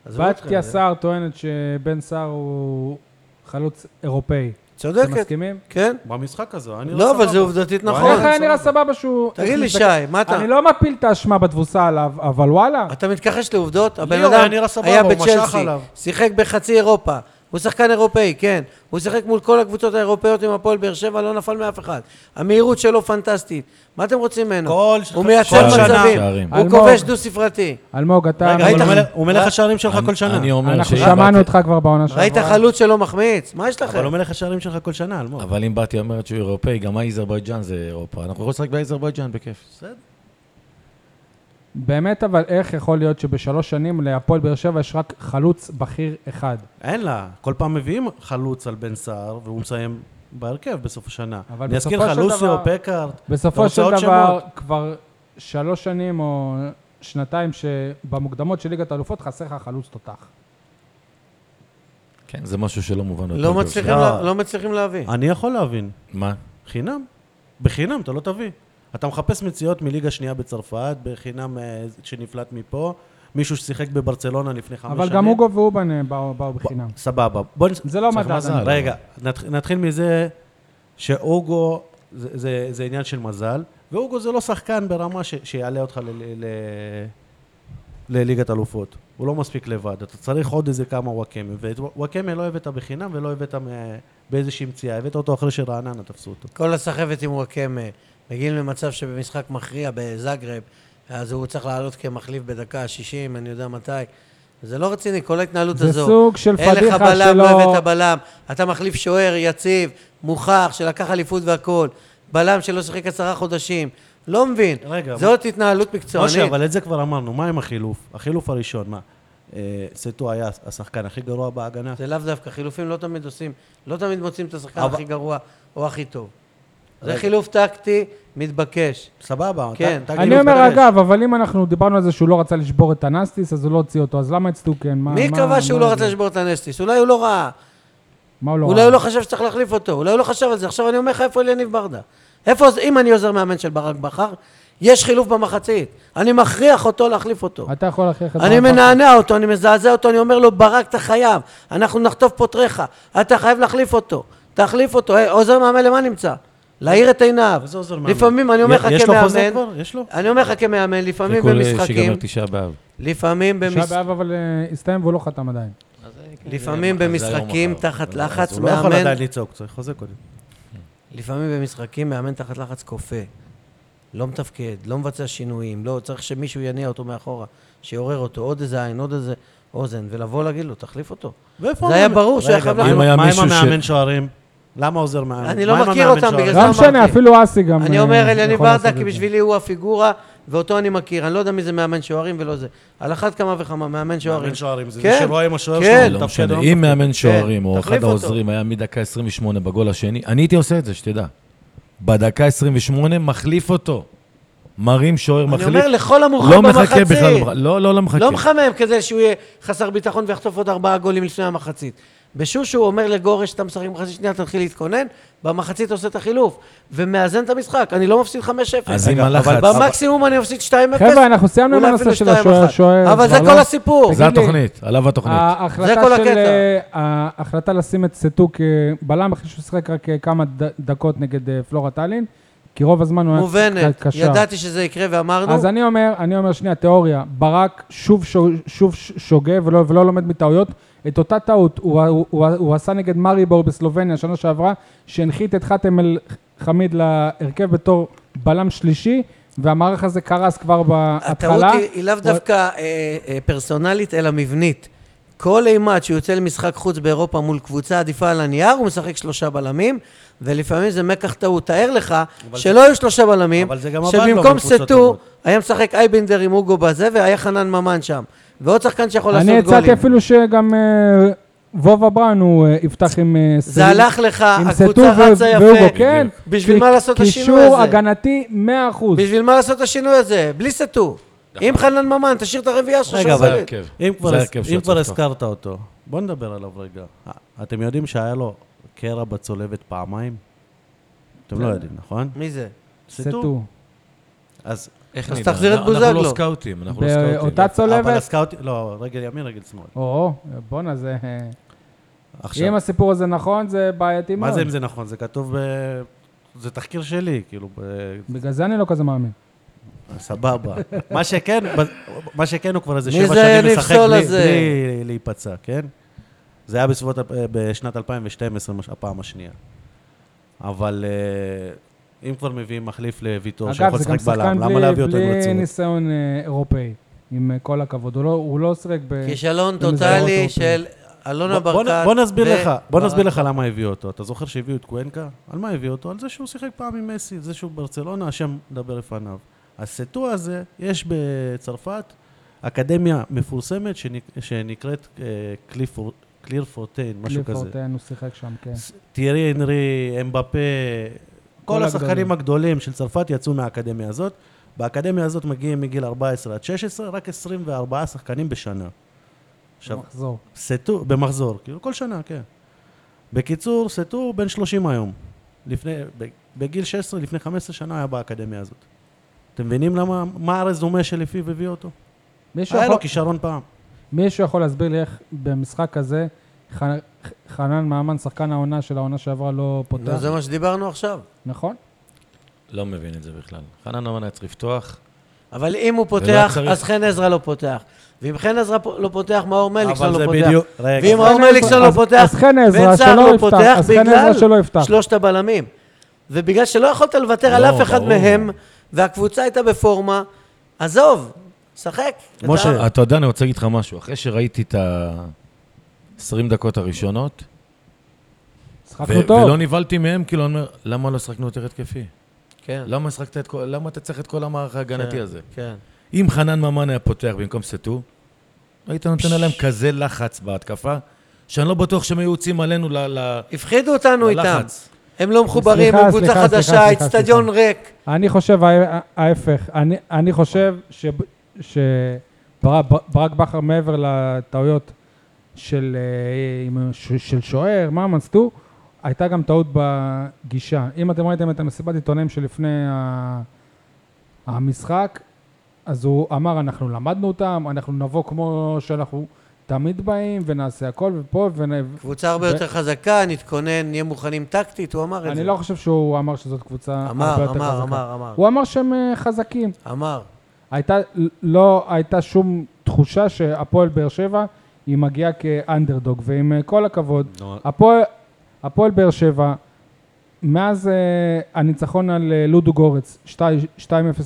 עזבו אה. אתכם,
בתיה
זה-
סער טוענת שבן סער הוא חלוץ אירופאי. אתם
צודקת.
מסכימים?
כן?
במשחק הזה, אני
לא, אבל זה עובדתית נכון.
איך היה נראה סבבה שהוא...
תגיד
איך
לי,
מסתכל-
שי, מה אתה-
אני לא מפיל את האשמה בתבוסה עליו, אבל וואלה.
אתה מתכחש לעובדות? הבן
ליאור היה
אדם
נראה סבבה,
היה
הוא משך
בצ'לסי,
עליו.
שיחק בחצי אירופה, הוא שחקן אירופאי, כן. הוא שיחק מול כל הקבוצות האירופאיות עם הפועל באר שבע, לא נפל מאף אחד. המהירות שלו פנטסטית. מה אתם רוצים ממנו?
כל-
הוא
כל
מייצר
שנה.
מצבים,
שערים.
הוא
אלמוג.
כובש דו-ספרתי.
אלמוג, אתה...
רגע,
ראית-
אבל הוא מלך- הוא
אה?
מלך השערים שלך כל שנה.
אני אומר
אנחנו
שאם
שמענו
בתיה-
אותך כבר בעונה שעברה.
ראית חלוץ שלא מחמיץ? מה יש
אבל
לכם?
הוא מלך השערים שלך כל שנה, אלמוג.
אבל אם בתיה אומרת שהוא אירופאי, גם אייזרבייג'אן זה אירופה. אנחנו יכולים לשחק באייזרבייג'אן בכיף.
באמת, אבל איך יכול להיות שבשלוש שנים להפועל באר שבע יש רק חלוץ בכיר אחד?
אין לה. כל פעם מביאים חלוץ על בן סער, והוא מסיים בהרכב בסוף השנה.
אבל
אני אזכיר
בסופו
לך,
של
לוסיו,
דבר-
פקארט.
בסופו
אתה
של
רוצה עוד
דבר,
שמות?
כבר שלוש שנים או שנתיים שבמוקדמות של ליגת האלופות חסר לך חלוץ תותח.
כן, זה משהו שלא מובן.
לא
בהפועל באר
מצליחים
לא.
לה- לא מצליחים להביא.
אני יכול להבין.
שבע. מה?
חינם. בחינם אתה לא תביא. אתה מחפש מציאות מליגה שנייה בצרפת, בחינם אה, שנפלט מפה, מישהו ששיחק בברצלונה לפני חמש שנים.
אבל גם הוגו ואובן אה, באו באו בחינם.
סבבה. בוא נס...
זה לא
צריך
מדד.
מזל.
אני-
רגע, נת... נתחיל מזה שאוגו זה, זה, זה עניין של מזל, ואוגו זה לא שחקן ברמה ש... שיעלה אותך ל... ל... ל... לליגת אלופות. הוא לא מספיק לבד, אתה צריך עוד איזה כמה וואקמה. ואת וואקמה לא הבאת בחינם ולא הבאת מ- באיזושהי מציאה, הבאת אותו אחרי שרעננה תפסו אותו.
כל הסחבת עם וואקמה, מגיעים למצב שבמשחק מכריע בזאגרב, אז הוא צריך לעלות כמחליף בדקה ה-60, אני יודע מתי. זה לא רציני, כל ההתנהלות
זה
הזו.
סוג של
אין לך
פדיחה
בלם, לא
שלא-
הבאת בלם. אתה מחליף שוער יציב, מוכח, שלקח אליפות והכול. בלם שלא שיחק עשרה חודשים. לא מבין.
רגע,
זאת התנהלות מקצוענית.
משה, אבל את זה כבר אמרנו, מה עם החילוף? החילוף הראשון, מה? אה, סטו היה השחקן הכי גרוע בהגנה.
זה לאו דווקא, חילופים לא תמיד עושים, לא תמיד מוצאים את השחקן
אבל-
הכי גרוע או הכי טוב. זה
רגע.
חילוף טקטי, מתבקש.
סבבה, ט-
כן.
טאגי
אני אומר,
מתבקש.
אגב, אבל אם אנחנו דיברנו על זה שהוא לא רצה לשבור את הנסטיס, אז הוא לא הוציא אותו, אז למה את סטוקן? מה-
מי
מה-
קבע שהוא
מה
לא
זה?
רצה לשבור את הנסטיס? אולי הוא לא ראה,
מה הוא לא
אולי
ראה?
הוא לא חשב שצריך להחליף אותו, אולי הוא לא חשב על זה. עכשיו אני אומר לך איפה אליניב ברדה. איפה, אם אני עוזר מאמן של ברק בכר, יש חילוף במחצית. אני מכריח אותו להחליף אותו.
אתה יכול להכריח את
לא- אני
ברק בכר.
מנענע אותו, אני מזעזע אותו, אני אומר לו, ברק, אתה חייב, אנחנו נחטוף פותריך, אתה חייב להחליף אותו, תחליף אותו. היי, עוזר מאמן למה נמצא? להעיר את עיניו.
איזה עוזר מאמן?
לפעמים, אני אומר לך
יש לו חוזה
כמאמן,
כבר? יש לו?
אני אומר לך כמאמן, לפעמים
חיכו
במשחקים,
שיגמר תשעה באב.
לפעמים
תשעה
במש-
באב אבל אה, הסתיים והוא לא חתם עדיין.
כן, לפעמים
אז היום
במשחקים
מחר.
תחת
אז
לחץ
הוא לא יכול
מאמן,
עדיין לצעוק, צריך חוזה קודם.
לפעמים במשחקים מאמן תחת לחץ כופה, לא מתפקד, לא מבצע שינויים, לא, צריך שמישהו יניע אותו מאחורה, שיעורר אותו, עוד איזה עין, עוד איזה אוזן, ולבוא להגיד לו, תחליף אותו.
ואיפה
זה
המאמן?
היה ברור שהוא היה
רגע,
חייב
מה
להחליף.
עם-
אם היה
מה עם
מישהו ש-
המאמן שוערים? למה עוזר מאמן?
אני לא
מה עם
מכיר
המאמן
אותם,
שוערים?
בגלל זה
לא משנה,
אמרתי.
אפילו אסי גם...
אני
אה,
אומר אליניב
יכול
ברדה,
לעשות
כי
את זה.
בשבילי הוא הפיגורה, ואותו אני מכיר. אני לא יודע מי זה מאמן שוערים ולא זה. על אחת כמה וכמה, מאמן שוערים.
מאמן שוערים, זה מי
כן,
שרואה עם השוער
כן.
שלו,
לא
מתפקד או לא
משנה, אם מאמן שוערים או
תחליף
אחד
אותו.
העוזרים היה מדקה 28 בגול השני, אני הייתי עושה את זה, שתדע. בדקה 28 מחליף אותו. מרים שוער
אני
מחליף.
אומר לכל המאוחר
לא מחכה
במחצית.
בכלל, למח- לא, לא, לא מחכה.
לא מחמם כדי שהוא יהיה חסר ביטחון ויחטוף עוד ארבעה גולים לפני המחצית. בשושו הוא אומר לגורש, אתה משחק במחצית שנייה, תתחיל להתכונן, במחצית עושה את החילוף, ומאזן את המשחק. אני לא מפסיד 5-0.
אז עם
רגע,
הלחץ.
אבל
במקסימום אני מפסיד 2-0.
חבר'ה, אנחנו סיימנו עם
אולי
הנושא של
אפילו 2-1.
השוער, שוער,
אבל זה
כבר
כל
לא.
הסיפור.
זה
תגיד לי.
התוכנית, עליו התוכנית.
זה
ההחלטה
כל
של...
הקטע.
אה, ההחלטה לשים את סטו כבלם אחרי שהוא שיחק רק אה, כמה ד- דקות נגד אה, פלורה טאלין, כי רוב הזמן הוא היה
מובנת.
קשר.
ידעתי שזה יקרה ואמרנו.
אז אני אומר, אני אומר שנייה, תיאוריה, ברק שוב, שו- שוב ש- שוגה ולא, ולא לומד מטעויות. את אותה טעות הוא, הוא, הוא, הוא עשה נגד מריבור בסלובניה שנה שעברה, שהנחית את חאתם אל חמיד להרכב בתור בלם שלישי, והמערך הזה קרס כבר בהתחלה.
הטעות היא, היא לאו דווקא אה, אה, פרסונלית, אלא מבנית. כל אימת שהוא יוצא למשחק חוץ באירופה מול קבוצה עדיפה על הנייר, הוא משחק שלושה בלמים, ולפעמים זה מקח טעות. תאר לך שלא היו שלושה בלמים,
אבל זה גם עבד לו מול
שבמקום
קבוצות
סטו
טובות.
היה משחק אייבנדר עם אוגו בזה, והיה חנן ממן שם. ועוד שחקן שיכול לא לעשות
אני
גולים.
הצעתי אפילו שגם אה, וובה בראון הוא אה, יפתח עם... אה,
זה
סלין-
הלך לך,
עם
הקבוצה
סטו ו-
רצה
ואוגו,
יפה.
כן.
בשביל
כי-
מה לעשות את השינוי
קישור
הזה?
הגנתי 100%.
בשביל מה לעשות את השינוי הזה? בלי סטו. עם חנן ממן, תשאיר את הרביעייה שלך
נכון. רגע,
שהוא
אבל- כן.
זה
סולד.
ההרכב.
אם
זה
כבר-
ההרכב של
אם כבר
הצבא.
הזכרת אותו, בוא נדבר עליו רגע. אה, אתם יודעים שהיה לו קרע בצולבת פעמיים? אתם לא יודעים, נכון?
מי זה?
סטו.
אז
איך
אז
נדע?
תחזיר את
כן, אנחנו-
בוזגלו.
אנחנו לא סקאוטים, אנחנו לא סקאוטים.
באותה
אבל
צולבת.
הסקאוטים, לא, רגל ימין, רגל שמאל.
או, בואנה זה... אה,
עכשיו,
אם הסיפור הזה נכון, זה בעייתי מאוד.
מה זה אם זה נכון? זה כתוב ב... זה תחקיר שלי, כאילו, ב-
בגלל זה אני לא כזה מאמין.
סבבה. מה שכן, ב- מה שכן הוא כבר איזה
מי
שבע
זה
שנים
יניב
משחק
סול
בלי-
הזה?
בלי להיפצע, כן? זה היה בסביבות, הפ- אה, בשנת 2012, מש- הפעם השנייה. אבל אה, אם כבר מביאים מחליף לויטור
אגב,
לא, שיכול
זה גם
לשחק
שחקן
בלם, למה להביא
בלי-
אותו עם
בלי
רצינות?
ניסיון אה, אירופאי, עם אה, כל הכבוד. הוא לא- הוא לא שיחק ב...
כישלון
במסגרות
טוטאלי
האירופיות.
של אלונה
בוא- בוא נ-
ברקת.
בוא נסביר
ו-
לך, בוא נסביר
ברק.
לך למה הביאו אותו. אתה זוכר שהביאו את קוונקה? על מה הביאו אותו? על זה שהוא שיחק פעם עם מסי, זה שהוא ברצלונה, השם מדבר לפניו. הסטו הזה, יש בצרפת אקדמיה מפורסמת שנק- שנקראת אה, קליר פורטיין, משהו כזה.
לפורטיין הוא שיחק שם, כן.
ס- תיארי הנרי, אמבפה, כל
הגדולים.
השחקנים הגדולים של צרפת יצאו מהאקדמיה הזאת. באקדמיה הזאת מגיעים מגיל 14 עד 16, רק 24 שחקנים בשנה. עכשיו,
מחזור.
סטו, במחזור, כאילו כל שנה, כן. בקיצור, סטו הוא בן 30 היום. לפני, ב- בגיל 16, לפני 15 שנה היה באקדמיה הזאת. אתם מבינים למה, מה הרזומה שלפיו הביא אותו?
מישהו
היה
יכול-
לו כישרון פעם.
מישהו יכול להסביר לי איך במשחק הזה חנ- ח- חנן ממן, שחקן העונה של העונה שעברה, לא
נו,
פותח?
זה מה שדיברנו עכשיו.
נכון?
לא מבין את זה בכלל. חנן אמן היה צריך לפתוח.
אבל אם
לא
הוא
ולא היה
פותח,
צריך.
אז חן עזרא לא פותח. ואם חן עזרא פ- לא פותח, מאור מליקסון
אבל זה
לא פותח.
בדיוק... רגע,
ואם מאור
חן עזרא-
מליקסון לא
אז-
פותח,
אז חן עזרא
בן סער
שלא
לא
יפתח,
פותח
אז חן עזרא
בגלל
שלא יפתח.
שלושת הבלמים. ובגלל שלא יכולת לוותר על
לא,
אף אחד
ברור.
מהם, והקבוצה הייתה בפורמה, עזוב, שחק. אתה-
משה.
אתה יודע, אני רוצה להגיד לך משהו. אחרי שראיתי את ה-20 דקות הראשונות,
שחקנו
ו-
טוב.
ולא נבהלתי מהם, כאילו, אני אומר, למה לא שחקנו יותר התקפי?
כן,
לא-
למה שחקת את כל... כן. למה אתה צריך את כל המערך ההגנתי הזה?
כן.
אם חנן ממן היה פותח במקום סטו, היית נותן עליהם כזה לחץ בהתקפה, שאני לא בטוח שהם היו יוצאים עלינו ל... ל...
הפחידו אותנו איתם.
ללחץ.
הם לא מחוברים,
סליחה,
הם קבוצה
סליחה, סליחה,
חדשה,
סליחה,
אצטדיון ריק.
אני חושב ההי- ההפך, אני, אני חושב שברק בכר מעבר לטעויות של, אה, עם- ש- של שוער, מה מצטו, הייתה גם טעות בגישה. אם אתם ראיתם את המסיבת עיתונאים שלפני ה- המשחק, אז הוא אמר, אנחנו למדנו אותם, אנחנו נבוא כמו שאנחנו תמיד באים, ונעשה הכל, ופה, ונ...
קבוצה הרבה
ו-
יותר חזקה, נתכונן, נהיה מוכנים טקטית, הוא אמר את זה.
אני לא חושב שהוא אמר שזאת קבוצה הרבה
אמר,
יותר חזקה.
אמר, אמר, אמר,
הוא אמר שהם אה, חזקים.
אמר.
הייתה, לא הייתה שום תחושה שהפועל באר שבע היא מגיעה כאנדרדוג, ועם אה, כל הכבוד,
נו,
הפועל, הפועל באר שבע, מאז אה, הניצחון על אה, לודו גורץ, 2-0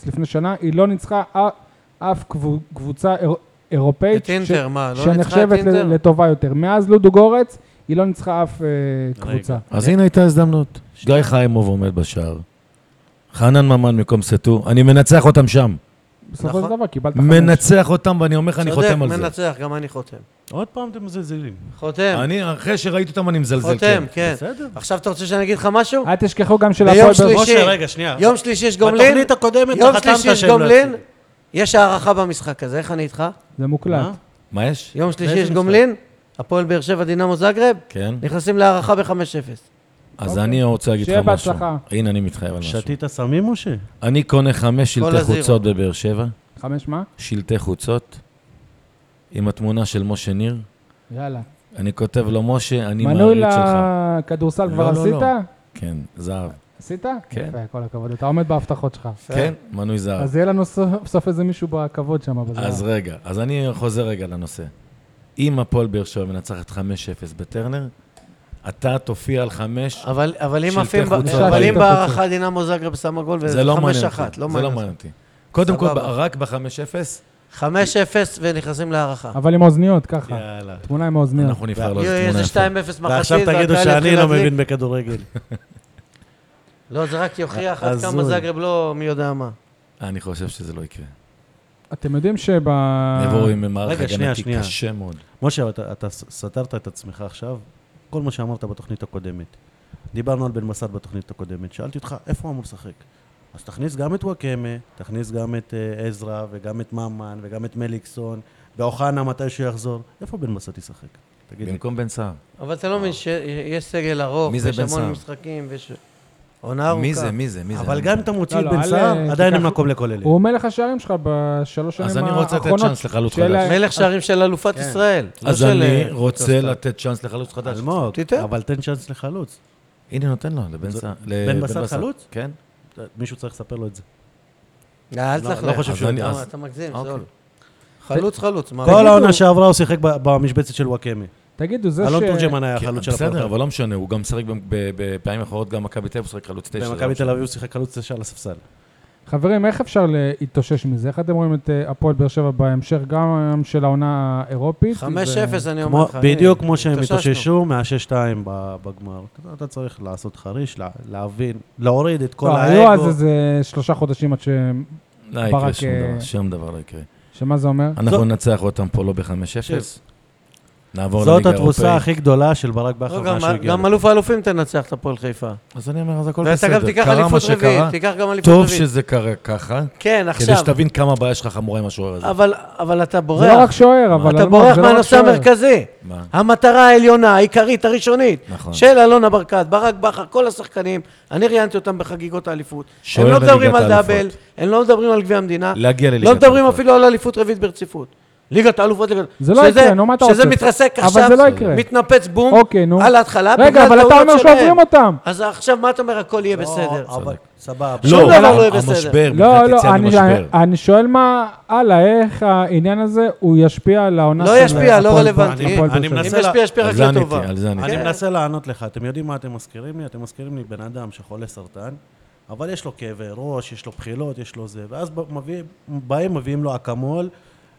לפני שנה, היא לא ניצחה אה, אף קבו- קבוצה איר- אירופאית
את אינטר, מה, לא ניצחה את
שנחשבת
אינטר?
ל- לטובה יותר. מאז לודו גורץ, היא לא ניצחה אף אה, קבוצה.
אז הנה הייתה הזדמנות. גיא חיימוב עומד בשער. חנן ממן במקום סטו, אני מנצח אותם שם.
בסופו של
נכון.
דבר קיבלת חמש.
מנצח אותם, ואני אומר לך, אני
צודק,
חותם על זה.
מנצח, גם אני חותם.
עוד פעם אתם מזלזלים.
חותם,
אני, אחרי שראיתי אותם, אני מזלזל.
חותם, כן.
בסדר.
עכשיו אתה רוצה שאני אגיד לך משהו?
אל תשכחו גם של
ביום
הפועל באר
שלישי-
משה, רגע, שנייה. אה?
יום שלישי יש גומלין,
בתוכנית הקודמת
יום
אתה חתמת
שלישי יש
שהם לא
גומלין,
יפסידו.
יש הערכה במשחק הזה, איך אני איתך?
זה מוקלט.
מה?
מה יש?
יום שלישי
באיזה
יש
משחק?
גומלין, הפועל באר שבע דינמו זגרב,
כן.
נכנסים להערכה ב-5-0.
אז אני רוצה להגיד לך
שיהיה
משהו.
בהצלחה.
הנה, אני מתחייב על משהו.
שתית סמים, משה?
אני קונה חמש שלטי
הזירו.
חוצות בבאר שבע.
חמש מה?
שלטי חוצות עם התמונה של משה ניר.
יאללה.
אני כותב לו, משה, אני
מנוי
מעריץ שלך.
לכדורסל
לא,
כבר
לא, לא.
עשית?
כן, זהב.
עשית?
כן.
יפה, כל הכבוד. אתה עומד בהבטחות שלך.
כן, מנוי זהב.
אז יהיה לנו סוף סוף איזה מישהו בכבוד שם לא. בזמן.
אז רגע, אז אני חוזר רגע לנושא. אם הפועל באר שבע מנצחת 5-0 בטרנר, אתה תופיע על 5,
אבל אבל אם
שלטי
עפים, ב-
חוצות.
אבל אם
שלטי
בהערכה דינמו זגרב שמה גול וזה
זה לא
5-1,
מעניין אותי.
לא
זה לא
מעניין.
מעניין אותי. קודם כל,
סבבה.
רק ב-5-0,
5-0 ונכנסים להערכה.
אבל עם האוזניות, ככה.
יאללה.
תמונה עם האוזניות.
אנחנו נבחר לו
יואי,
איזה
איזה 2-0
תמונה יפה.
מחצית,
לא ועכשיו תגידו
והקהל
שאני
יתחיל
לא
להדליק.
מבין בכדורגל.
לא, זה רק יוכיח עד
הזוי.
כמה זגרב לא מי יודע מה.
אני חושב שזה לא יקרה.
אתם יודעים שב... אה.
יבואו עם מערך
רגע, שנייה,
הגנתי
שנייה.
קשה מאוד.
משה, אבל אתה, אתה ס- סתרת את עצמך עכשיו. כל מה שאמרת בתוכנית הקודמת. דיברנו על בן בסט בתוכנית הקודמת. שאלתי אותך, איפה הוא אמור לשחק? אז תכניס גם את וואקמה, תכניס גם את אה, עזרא, וגם את ממן, וגם את מליקסון, ואוחנה מתי שהוא יחזור. איפה בן בסט ישחק? תגיד לי.
במקום בן סער.
אבל אתה לא מבין שיש סגל ארוך,
מי זה
יש
בן
המון
סער? משחקים
משחקים, ויש עונה ארוכה.
מי זה? מי זה? מי זה?
אבל גם אם אתה מוציא
לא,
את
לא,
בן
אל-
סער, עדיין אין
תיקח-
מקום לכוללים.
הוא מלך השערים שלך בשלוש שנים
אז
האחרונות.
אני רוצה לתת צ'אנס לחלוץ
שיהיה
חדש.
להם-
מלך שערים של אלופת
כן.
ישראל. לא
אז
של-
אני רוצה לתת צ'אנס לחלוץ חדש.
אלמוג,
תיתן.
אבל תן צ'אנס לחלוץ.
הנה, נותן לו, לבן
זה-
סער.
בן
לבן
בסט חלוץ?
כן.
מישהו צריך לספר לו את זה.
לא, אל
לא,
תכלח.
לא חושב
אז
שהוא...
אני-
אתה-
אז-
אתה מגזים,
אוקיי.
זול. חלוץ, חלוץ. מה?
כל העונה שעברה הוא שיחק ב- במשבצת של וואקמה.
תגידו, זה ש...
אלון תורג'מן היה
כן,
החלוץ של הפועל.
בסדר, אבל לא משנה, הוא גם שיחק ב- ב- בפעמים אחרות, גם מכבי תל אביב שיחק חלוץ תשע. לא
במכבי תל אביב הוא שיחק חלוץ תשע על הספסל.
חברים, איך אפשר להתאושש מזה? איך אתם רואים את אה, הפועל באר שבע בהמשך גם של העונה האירופית?
5-0 אני אומר לך.
כמו- בדיוק
הנה,
כמו שהם
התאוששנו.
התאוששו מהשש-שתיים ב- בגמר. אתה- אתה צריך לעשות חריש, לה- להבין, להוריד את כל
לא, היו אז
האגו.
איזה שלושה חודשים עד ש...
לא יקרה
ברק,
שום
אה,
דבר, שום דבר לא יקרה.
שמה זה אומר?
אנחנו
זאת-
ננצח אותם פה לא ב-5-0. נעבור
זאת
לליגה האירופאית.
התבוסה הכי גדולה של ברק בכר
לא,
מאז שהוא
גם-
הגיע.
גם אלוף האלופים תנצח את הפועל חיפה.
אז אני אומר, אז הכל
ואתה גם
בסדר.
תיקח
קרה מה
אליפות רביעית,
שקרה,
תיקח גם אליפות
טוב
רביעית.
שזה קרה ככה,
כן,
כדי
עכשיו.
שתבין כמה הבעיה שלך חמורה עם השוער הזה.
אבל- אבל אתה
זה לא רק
בורח.
שוער, אבל...
אתה
אלמוג,
בורח
זה לא רק
מהנושא
שוער.
המרכזי.
מה?
המטרה העליונה, העיקרית, הראשונית,
נכון.
של אלונה ברקת, ברק בכר, כל השחקנים, אני ראיינתי אותם בחגיגות האליפות. הם
שוער
לא מדברים
לליגת
על דאבל,
האלופות.
הם לא מדברים על גביע המדינה,
להגיע לליגת
לא מדברים
האלופות.
אפילו על אליפות רביעית ברציפות. ליגת האלופות, ליגת...
זה לא
שזה-
יקרה, נו, מה אתה
שזה
רוצה?
מתרסק
אבל
עכשיו,
זה לא יקרה.
מתנפץ בום,
אוקיי, נו.
על ההתחלה,
רגע,
בגלל
אבל אתה
טעויות
אומר
שלהם.
שעוברים אותם.
אז עכשיו מה אתה אומר, הכל יהיה בסדר.
לא, אבל- סבבה.
שום
לא,
דבר
אבל
לא יהיה בסדר.
המשבר,
לא,
מבחינת
לא,
יציאה
אני,
ממשבר.
אני שואל מה הלאה, איך העניין הזה, הוא ישפיע על העונה
לא
של
ישפיע, לא
הפועל-
רלוונטי.
הפועל באר
אני
שבע.
מנסה-
אם ישפיע, ישפיע
על
רק
זה עניתי,
לטובה.
על זה עניתי.
אני
כן.
מנסה לענות לך, אתם יודעים מה אתם מזכירים לי? אתם מזכירים לי בן אדם שחולה סרטן, אבל יש לו כאבי ראש, יש לו בחילות, יש לו זה, ואז ב- מביאים- באים, מביאים לו אקמול,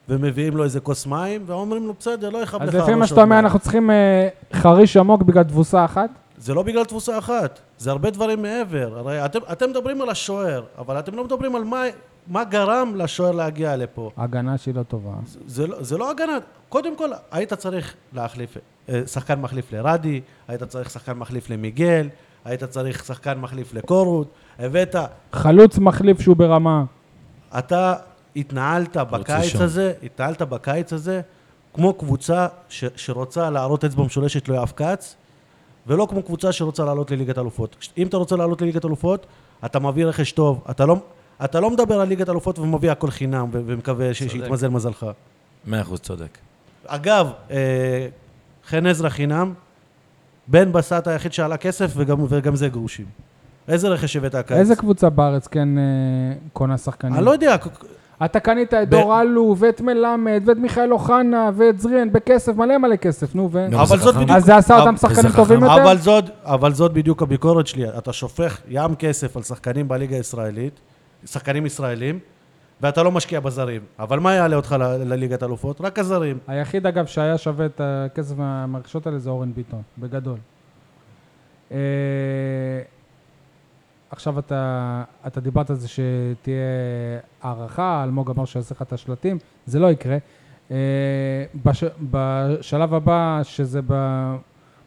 ומביאים לו איזה כוס מים, ואומרים לו, בסדר, לא יכאב לך.
אז לפי מה
הראש
שאתה
עוד
אומר,
מעט."
אנחנו צריכים אה, חריש עמוק בגלל תבוסה אחת?
זה לא בגלל תבוסה אחת, זה הרבה דברים מעבר. הרי אתם, אתם מדברים על השוער, אבל אתם לא מדברים על מה, מה גרם לשוער להגיע לפה.
ההגנה שהיא לא טובה.
זה לא, זה לא הגנה. קודם כל, היית צריך להחליף, אה, שחקן מחליף לרדי, היית צריך שחקן מחליף למיגל, היית צריך שחקן מחליף לקורות, הבאת,
חלוץ מחליף שהוא ברמה.
אתה התנהלת בקיץ
שם.
הזה, התנהלת בקיץ הזה כמו קבוצה ש, שרוצה להראות אצבע משולשת לא יאף כץ, ולא כמו קבוצה שרוצה לעלות לליגת אלופות. כש- אם אתה רוצה לעלות לליגת אלופות, אתה מביא רכש טוב, אתה לא, אתה לא מדבר על ליגת אלופות ומביא הכל חינם ו- ומקווה ש-
צודק.
שיתמזל מזלך.
מאה אחוז צודק.
אגב, אה, חן עזרא חינם, בן בסט היחיד שעלה כסף וגם, וגם זה גרושים. איזה רכש הבאת הקיץ?
איזה קבוצה בארץ כן אה, קונה שחקנים?
אני לא יודע,
אתה קנית את
ב-
דור אלו, ואת מלמד, ואת מיכאל אוחנה, ואת זריאן, בכסף, מלא מלא כסף, נו, ו...
נו,
אבל
זה
זאת
חכם.
בדיוק-
אז זה עשה
אבל-
אותם שחקנים
וזה
טובים
חכם.
יותר?
אבל זאת, אבל זאת בדיוק הביקורת שלי. אתה שופך ים כסף על שחקנים בליגה הישראלית, שחקנים ישראלים, ואתה לא משקיע בזרים. אבל מה יעלה אותך ל- לליגת אלופות? רק הזרים.
היחיד, אגב, שהיה שווה את הכסף מהמרכשות האלה זה אורן ביטון, בגדול. אה, עכשיו אתה, אתה דיברת על זה שתהיה הערכה, אלמוג אמר שיעשה לך את השלטים, זה לא יקרה. אה, בש, בשלב הבא, שזה ב,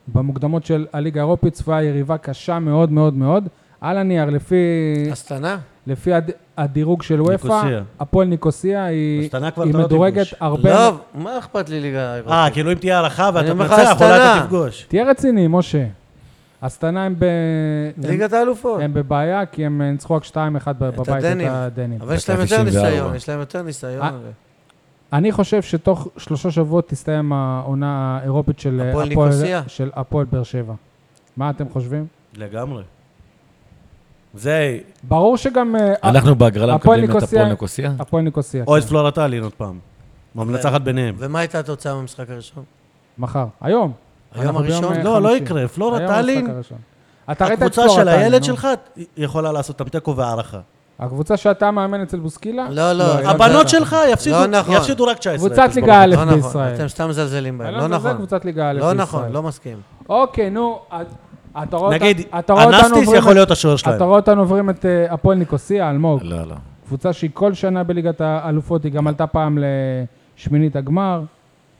במוקדמות של הליגה האירופית, צפויה יריבה קשה מאוד מאוד מאוד. על הנייר, לפי,
הסתנה?
לפי הד, הדירוג של וופא,
ניקוסיה.
הפועל ניקוסיה היא,
הסתנה כבר
היא
אתה לא
מדורגת
תפגוש.
הרבה...
לא, מה אכפת לי ליגה
אה,
האירופית?
כאילו אם תהיה הערכה
אוקיי. אני
ואתה
אומר לך,
מנצח, אולי אתה
הסתנה.
תפגוש.
תהיה רציני, משה. הסטנה הם, ב... הם,
ליגת האלופות.
הם בבעיה, כי הם ניצחו רק 2-1 ב-
את
בבית
הדנים.
את הדנים. אה.
אבל יש להם
דקה
יותר
94.
ניסיון, יש להם יותר ניסיון.
אני חושב שתוך שלושה שבועות תסתיים העונה האירופית של אה,
הפועל
הפועל-
ניקוסיה.
של הפועל באר שבע. מה אתם חושבים?
לגמרי. זה,
אוקיי.
ברור שגם אה,
אנחנו בהגרלה
הפועל
מקבלים את
ניקוסיה-
הפועל ניקוסיה?
הפועל ניקוסיה,
או את
כן,
פלורטלין עוד פעם. המנצחת ביניהם.
ומה הייתה התוצאה במשחק הראשון?
מחר, היום.
היום
אנחנו ביום,
הראשון?
אה,
לא, לא
חמישי.
יקרה.
היום המשחק
פלורטלין,
הראשון. אתה ראית את לא-
הקבוצה של
פלורטלין,
הילד
נו.
שלך יכולה לעשות אותם תיקו והערכה.
לא הקבוצה שאתה מאמן אצל בוסקילה?
לא, לא.
היא
הבנות שלך יפסידו-
לא נכון.
יפסידו רק 19.
נכון. קבוצת
אפס
ליגה א'
לא נכון,
בישראל.
אתם סתם מזלזלים בהם, לא
אלון, זה
נכון.
קבוצת ליגה א'
לא
בישראל.
נכון, לא מסכים.
אוקיי, נו, את- אתה רואה אותה-
נגיד,
אתה רואה אותנו
אנסטיס
עוברים
יכול
את-
להיות השוער שלהם.
אתה רואה אותנו עוברים את אה, הפועל ניקוסיה, אלמוג,
לא, לא.
קבוצה שהיא כל שנה בליגת האלופות, היא גם עלתה פעם לשמינית הגמר,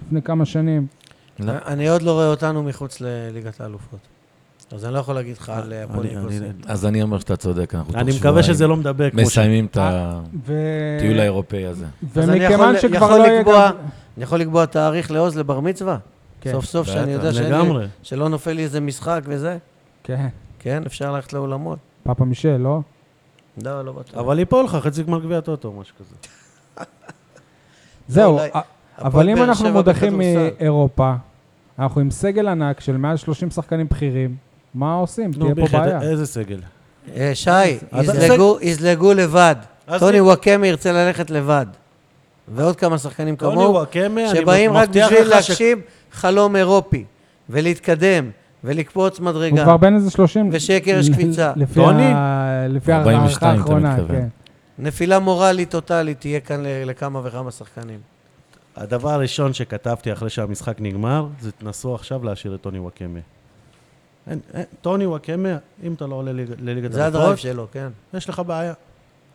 לפני כמה שנים.
לא.
אני עוד לא רואה אותנו מחוץ לליגת האלופות. אז אני לא יכול להגיד לך על הפועל
אה, אני-
ניקוסיה.
אני-
אז אני אומר שאתה צודק, אנחנו תוך
אני
שבועיים
מקווה שזה לא מדבק. כמו ש-
מסיימים את
ו-
הטיול האירופאי הזה.
אז אני
ומכיוון
יכול-
שכבר
יכול
לא יהיה
לקבוע-
גם...
אני יכול לקבוע תאריך לעוז לבר מצווה?
כן.
סוף סוף שאני
בטח,
יודע שאין לי-
לגמרי.
שלא נופל לי איזה משחק וזה.
כן,
כן, אפשר ללכת לאולמות.
פאפה מישל, לא?
לא, לא בטוח.
אבל ייפול לך חצי גמר גביע טוטו או משהו כזה.
זהו,
אולי-
א- אבל
הפועל
אם
באר
אנחנו
שבע
מודחים
בכדורסל.
מאירופה, אנחנו עם סגל ענק של מעל 30 שחקנים בכירים, מה עושים? תהיה פה
מיכאל,
בעיה.
איזה סגל.
אה, שי,
אז-
יזלגו- יזלגו לבד.
אז
טוני
אני-
וואקמה ירצה ללכת לבד. ועוד כמה שחקנים
טוני
כמוהו,
וואקמה, אני
שבאים רק
מבטיח
בשביל
לך ש-
להגשים חלום אירופי, ולהתקדם, ולקפוץ
הוא
מדרגה.
כבר בן איזה 30.
ושקר יש
ל-
קפיצה.
לפי
טוני?
ה- לפי
42,
ההערכה
אתה
האחרונה,
מתכוון.
כן.
נפילה מורלית טוטאלית תהיה כאן ל- לכמה וכמה שחקנים.
הדבר הראשון שכתבתי אחרי שהמשחק נגמר, זה תנסו עכשיו להשאיר את טוני וואקמה. אין- אין- טוני וואקמה, אם אתה לא עולה ליג- לליגת
זה הדרייב
הלפות,
שלו, כן.
יש לך בעיה.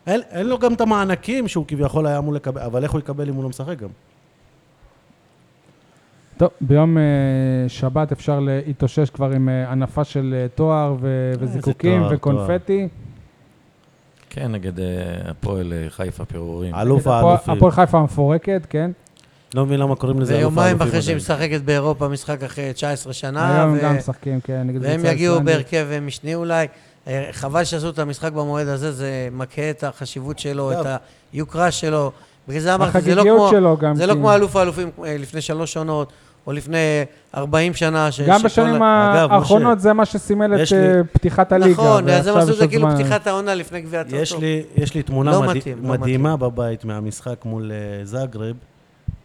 אין אין לו גם את המענקים שהוא כביכול היה אמור לקבל, אבל איך הוא יקבל אם הוא לא משחק גם?
טוב, ביום אה, שבת אפשר להתאושש כבר עם אה, הנפה של אה, תואר ו- וזיקוקים
תואר,
וקונפטי.
כן, נגד אה, הפועל אה, חיפה
כן.
פירורים.
אלוף
הפועל-
האלופים.
הפועל חיפה המפורקת, כן.
לא מבין למה קוראים לזה אלוף האלופים.
ויומיים אחרי שהיא
עדיין.
משחקת באירופה משחק אחרי 19 שנה,
היום
ו-
גם משחקים, כן, נגד
והם
קבוצה
יגיעו
איסלנדית.
בהרכב משני אולי. אה, חבל שעשו את המשחק במועד הזה, זה מקהה את החשיבות שלו,
טוב.
את היוקרה שלו. בגלל זה אמרתי, זה לא
החגיגיות
כמו...
שלו גם. כן.
זה לא
כי-
כמו אלוף האלופים אה, לפני שלוש שנות, או לפני 40 שנה. ש-
גם
אה, שכל
בשנים
ה-
אגב,
האחרונות זה מה שסימל את
יש לי-
אה, פתיחת הליגה.
נכון, אז הם
ועכשיו
עשו את זה
יש
כאילו
עוד זמן.
פתיחת העונה לפני גביע הטוטו.
יש לי, יש לי תמונה
לא
מדה-
מתאים, לא
מדהימה בבית מהמשחק מול אה, זאגרב,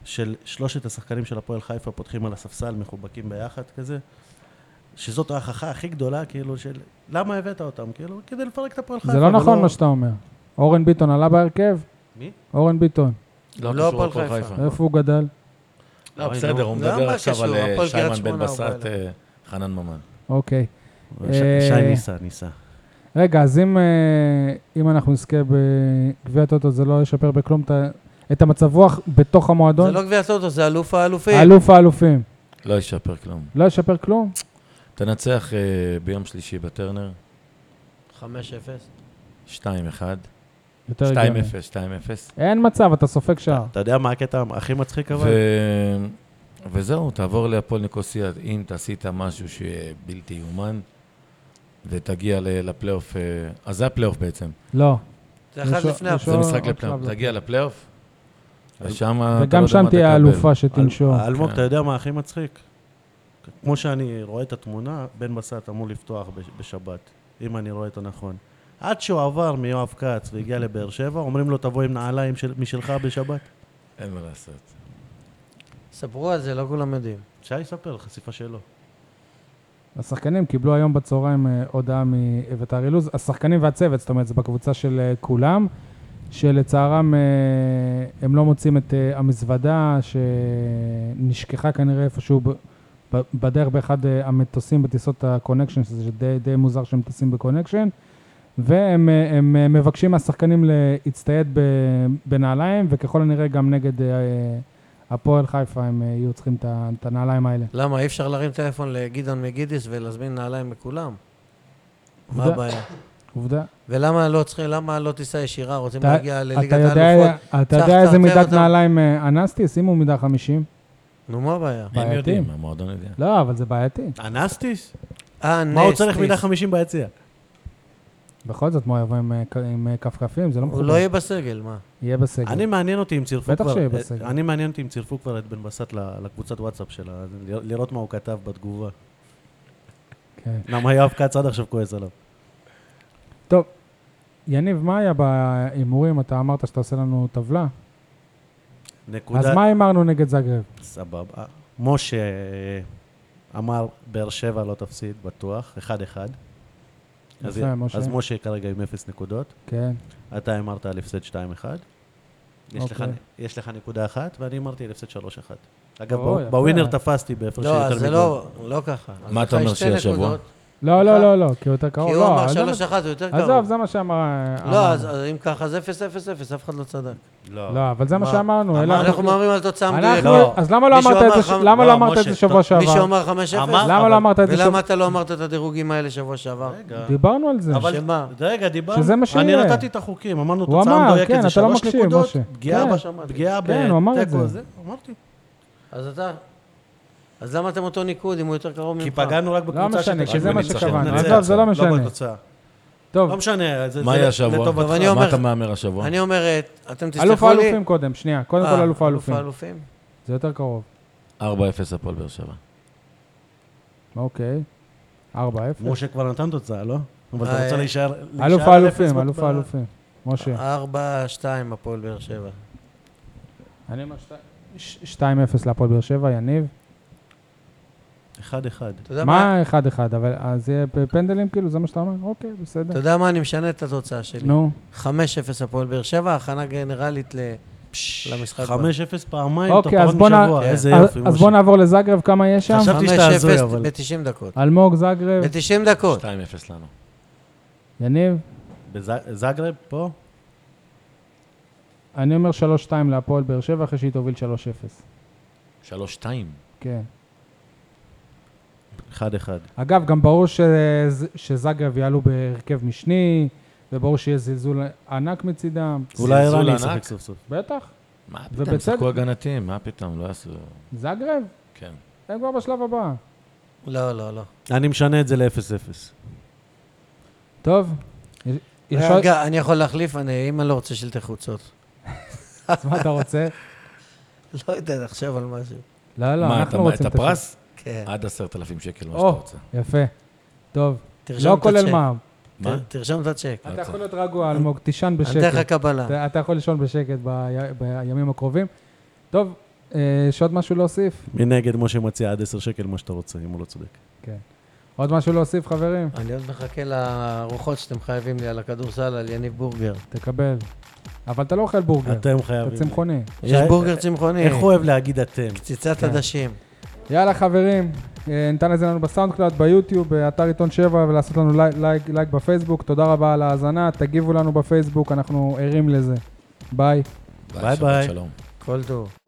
של שלושת השחקנים של הפועל חיפה פותחים על הספסל, מחובקים ביחד כזה, שזאת ההכחה הכי גדולה, כאילו, של למה הבאת אותם? כאילו, כדי לפרק את הפועל חיפה.
זה לא
ולא-
נכון מה שאתה אומר. אורן ביטון עלה בהרכב?
מי?
אורן ביטון,
לא
קשור
הפועל
להפועל
חיפה.
איפה הוא גדל?
לא,
אוי,
בסדר,
נו.
הוא
לא,
מדבר
מה
עכשיו
קשור?
על אה,
הפועל קריית
שיימן בן
שמונה הוא בא
בסט,
אליו.
אה, חנן ממן.
אוקיי.
ש-
אה,
שי ניסה, ניסה.
רגע, אז אם, אה, אם אנחנו נזכה בגביע הטוטו, זה לא ישפר בכלום את ה- את המצב רוח בתוך
זה
המועדון?
לא גביע הטוטו, זה אלוף האלופים.
אלוף האלופים.
לא ישפר כלום.
לא ישפר כלום?
תנצח אה, ביום שלישי בטרנר,
5-0.
2-1, 2-0,
יותר הגיוני.
2-0.
אין מצב, אתה סופג שער.
אתה יודע מה הקטע הכי מצחיק
ו...
אבל?
וזהו, תעבור להפועל ניקוסיה, אם תעשית משהו שיהיה בלתי יאומן, ותגיע ל- לפלייאוף, אה, אז זה הפלייאוף בעצם.
לא.
זה אחד
ראשון-
לפני
ראשון-
זה
הפועל.
משחק
עוד
לפלייאוף,
שלב
תגיע לפלייאוף, ושם אתה לא יודע
וגם
מה
שם תהיה
תקבל.
האלופה שתנשור.
אלמוג,
כן.
אתה יודע מה הכי מצחיק? כמו שאני רואה את התמונה, בן בסט אמור לפתוח בש- בשבת, אם אני רואה את הנכון. עד שהוא עבר מיואב כץ והגיע לבאר שבע, אומרים לו תבוא עם נעליים של- משלך בשבת.
אין מה לעשות.
ספרו על זה, לא כולם יודעים.
שי יספר, חשיפה שלו.
השחקנים קיבלו היום בצהריים אה, הודעה מאביתר אילוז, השחקנים והצוות, זאת אומרת, זה בקבוצה של אה, כולם, שלצערם אה, הם לא מוצאים את אה, המזוודה שנשכחה כנראה איפשהו ב- ב- בדרך באחד אה, המטוסים בטיסות הקונקשן, שזה די, די מוזר שהם טסים בקונקשן, והם אה, הם, אה, מבקשים מהשחקנים להצטייד ב- בנעליים, וככל הנראה גם נגד אה, הפועל חיפה הם אה, יהיו צריכים את ה- את הנעליים האלה.
למה, אי אפשר להרים טלפון לגדעון מגידיס ולהזמין נעליים מכולם? מה
עובדה.
הבעיה?
עובדה.
ולמה לא צריכים, למה לא טיסה ישירה? רוצים
אתה-
להגיע לליגת
אתה יודע-
האלופות?
אתה
צריך
יודע איזה
לצרצר
מידת
אותם.
נעליים אה, אנסתי? שימו מידה 50.
נו, מה הבעיה?
הם
בעייתי.
יודעים, המועדון יודע.
לא, אבל זה בעייתי.
אנסטיס?
אה, נס.
מה הוא צריך
טיס.
מידה 50 ביציע?
בכל זאת, מה הוא יבוא עם, אה, כ- עם אה, כפכפים? זה לא
הוא לא
מכובד.
יהיה בסגל, מה?
יהיה בסגל.
אני מעניין אותי אם צירפו
בטח
כבר...
שיהיה בסגל.
אני מעניין אותי אם צירפו כבר את בן בסט ל- לקבוצת וואטסאפ שלה, ל- לראות מה הוא כתב בתגובה.
כן.
למה יואב כץ עד עכשיו כועס עליו?
טוב, יניב, מה היה בהימורים? אתה אמרת שאתה עושה לנו טבלה. אז
נקודה...
מה הימרנו נגד זגרב?
סבבה. משה אה, אמר, באר שבע לא תפסיד, בטוח, 1-1. אז-
יפה, משה.
אז משה כרגע עם 0 נקודות.
כן.
אתה אמרת על הפסד 2-1. יש לך-
אוקיי.
יש לך נקודה אחת, ואני אמרתי על הפסד 3-1. אגב,
או,
ב-
יפה.
בווינר תפסתי בהפרש של
לא,
יותר
אז זה
מגול.
לא, לא ככה. אז
מה
לך
אתה אומר
יש שתי
שיהיה שבוע?
נקודות,
לא, לא, לא, לא, כי הוא יותר קרוב.
כי הוא
לא,
אמר
עזוב,
3-1, זה יותר קרוב.
עזוב, זה מה שאמר... אה,
לא,
אמרנו.
אז אז אם ככה, אז 0-0-0, אף אחד לא צדק.
לא, אבל זה מה
מה?
שאמרנו. אלה-
אנחנו מהמרים על תוצאה מדויקת.
אנחנו-
לא.
אז למה לא
מישהו
אמרת את
אמר
זה ש-
לך-
למה
לא,
לא אמרת את
משה,
זה שבוע
מישהו
שעבר?
אמר 5-0?
אמר,
למה לא אמרת את זה
ולמה
שבוע...
אתה לא אמרת את הדירוגים האלה שבוע שעבר?
רגע,
דיברנו על זה.
אבל-
שמה?
רגע, דיברנו.
שזה מה
אני
שיהיה.
נתתי את החוקים, אמרנו
הוא
תוצאה
אמר,
מדויקת,
כן,
זה
אתה לא
שלוש
מקשיב,
נקודות,
משה.
פגיעה
כן.
ב- פגיעה
כן, הוא אמר את
בתיקו
זה.
הזה, אמרתי.
אז אתה... אז למה אתם אותו ניקוד אם הוא יותר קרוב ממך?
כי פגענו רק
לא
בקבוצה
משנה, כי
שתנצח.
זה מה
בניצחון.
שקבענו.
ננצח.
עזוב, זה לא משנה.
לא בתוצאה.
טוב,
לא משנה, זה
מה
זה
יהיה השבוע?
לטובתך.
אבל אני
מה
אומר-
אתה מהמר השבוע?
אני אומרת, אתם תסלחו לי...
אלוף האלופים קודם, שנייה. קודם כל
אה,
אלוף האלופים.
האלופים?
זה יותר קרוב.
4-0 הפועל באר שבע.
אוקיי. 4-0.
משה כבר נתן תוצאה, לא? אבל
אה,
אתה רוצה
אה.
להישאר...
אלוף
להישאר על אפס אה.
האלופים,
ב-
אלוף
ב-
האלופים. משה.
4-2 הפועל באר שבע.
אני אומר ש- 2-0 להפועל באר שבע, יניב.
אחד אחד.
אתה יודע מה?
מה 1-1? אבל אז יהיה פ- פנדלים כאילו, זה מה שאתה אומר? אוקיי,
אתה
בסדר.
יודע מה? אני משנה את התוצאה שלי.
נו,
5-0 הפועל באר שבע, הכנה גנרלית ל... למשחק. הבא.
חמש אפס פעמיים, אתה
אוקיי, אז
פחות
בוא נע-
משבוע, איזה
אז-
יופי,
אז בוא
משה.
נעבור לזגרב, כמה יש שם? אה,
חשב- חשבתי שאתה הזוי,
5-0
אבל-
ב-90 דקות.
אלמוג, זגרב,
ב-90 דקות.
2-0 לנו.
יניב.
בזגרב, פה?
אני אומר 3-2 להפועל באר שבע, אחרי שהיא תוביל 3-0.
3-2.
כן.
אחד אחד.
אגב, גם ברור ש- שזגרב יעלו בהרכב משני, וברור שיהיה זלזול ענק מצידם.
אולי
זלזול
רני
ענק.
ישחק סוף סוף.
בטח,
מה
ובצדק.
פתאום, שחקו הגנתיים, מה פתאום, לא יעשו...
זגרב,
כן.
הם כבר בשלב הבא.
לא, לא, לא.
אני משנה את זה לאפס אפס.
טוב. יש- יש עוד...
אה, רגע, אני יכול להחליף, אני, אם אני לא רוצה שלטי חוצות.
אז מה אתה רוצה?
לא יודע, תחשב על משהו.
לא, לא,
מה,
אנחנו
אתה-
רוצים
את הפרס?
אה,
כן.
עד 10,000 שקל, מה שאתה
או.
רוצה.
השיר. יפה. טוב.
תרשום
לא
את
כולל
הצ'ק.
מע"מ.
מה?
ת- תרשום את הצ'ק.
אתה יכול להיות רגוע, אלמוג, תישן
אני אתן לך
בשקט.
קבלה.
אתה- אתה יכול לישון בשקט בי- בימים הקרובים. טוב, אה, יש עוד משהו להוסיף?
מנגד, משה מציע עד עשר שקל מה שאתה רוצה, אם הוא לא צודק.
כן. עוד משהו להוסיף, חברים?
אני עוד מחכה לארוחות שאתם חייבים לי על הכדורסל, על יניב בורגר.
תקבל. אבל אתה לא אוכל בורגר,
אתם
אתה
חייבים.
צמחוני.
יש
אה,
בורגר צמחוני,
איך הוא אוהב להגיד אתם?
קציצת עדשים.
יאללה, חברים, אה, ניתן לזה לנו בסאונד קלאד, ביוטיוב, באתר עיתון 7, ולעשות לנו לייק, לייק, לייק בפייסבוק. תודה רבה על ההאזנה, תגיבו לנו בפייסבוק, אנחנו ערים לזה. ביי.
ביי
שבת
ביי.
שלום.
כל טוב.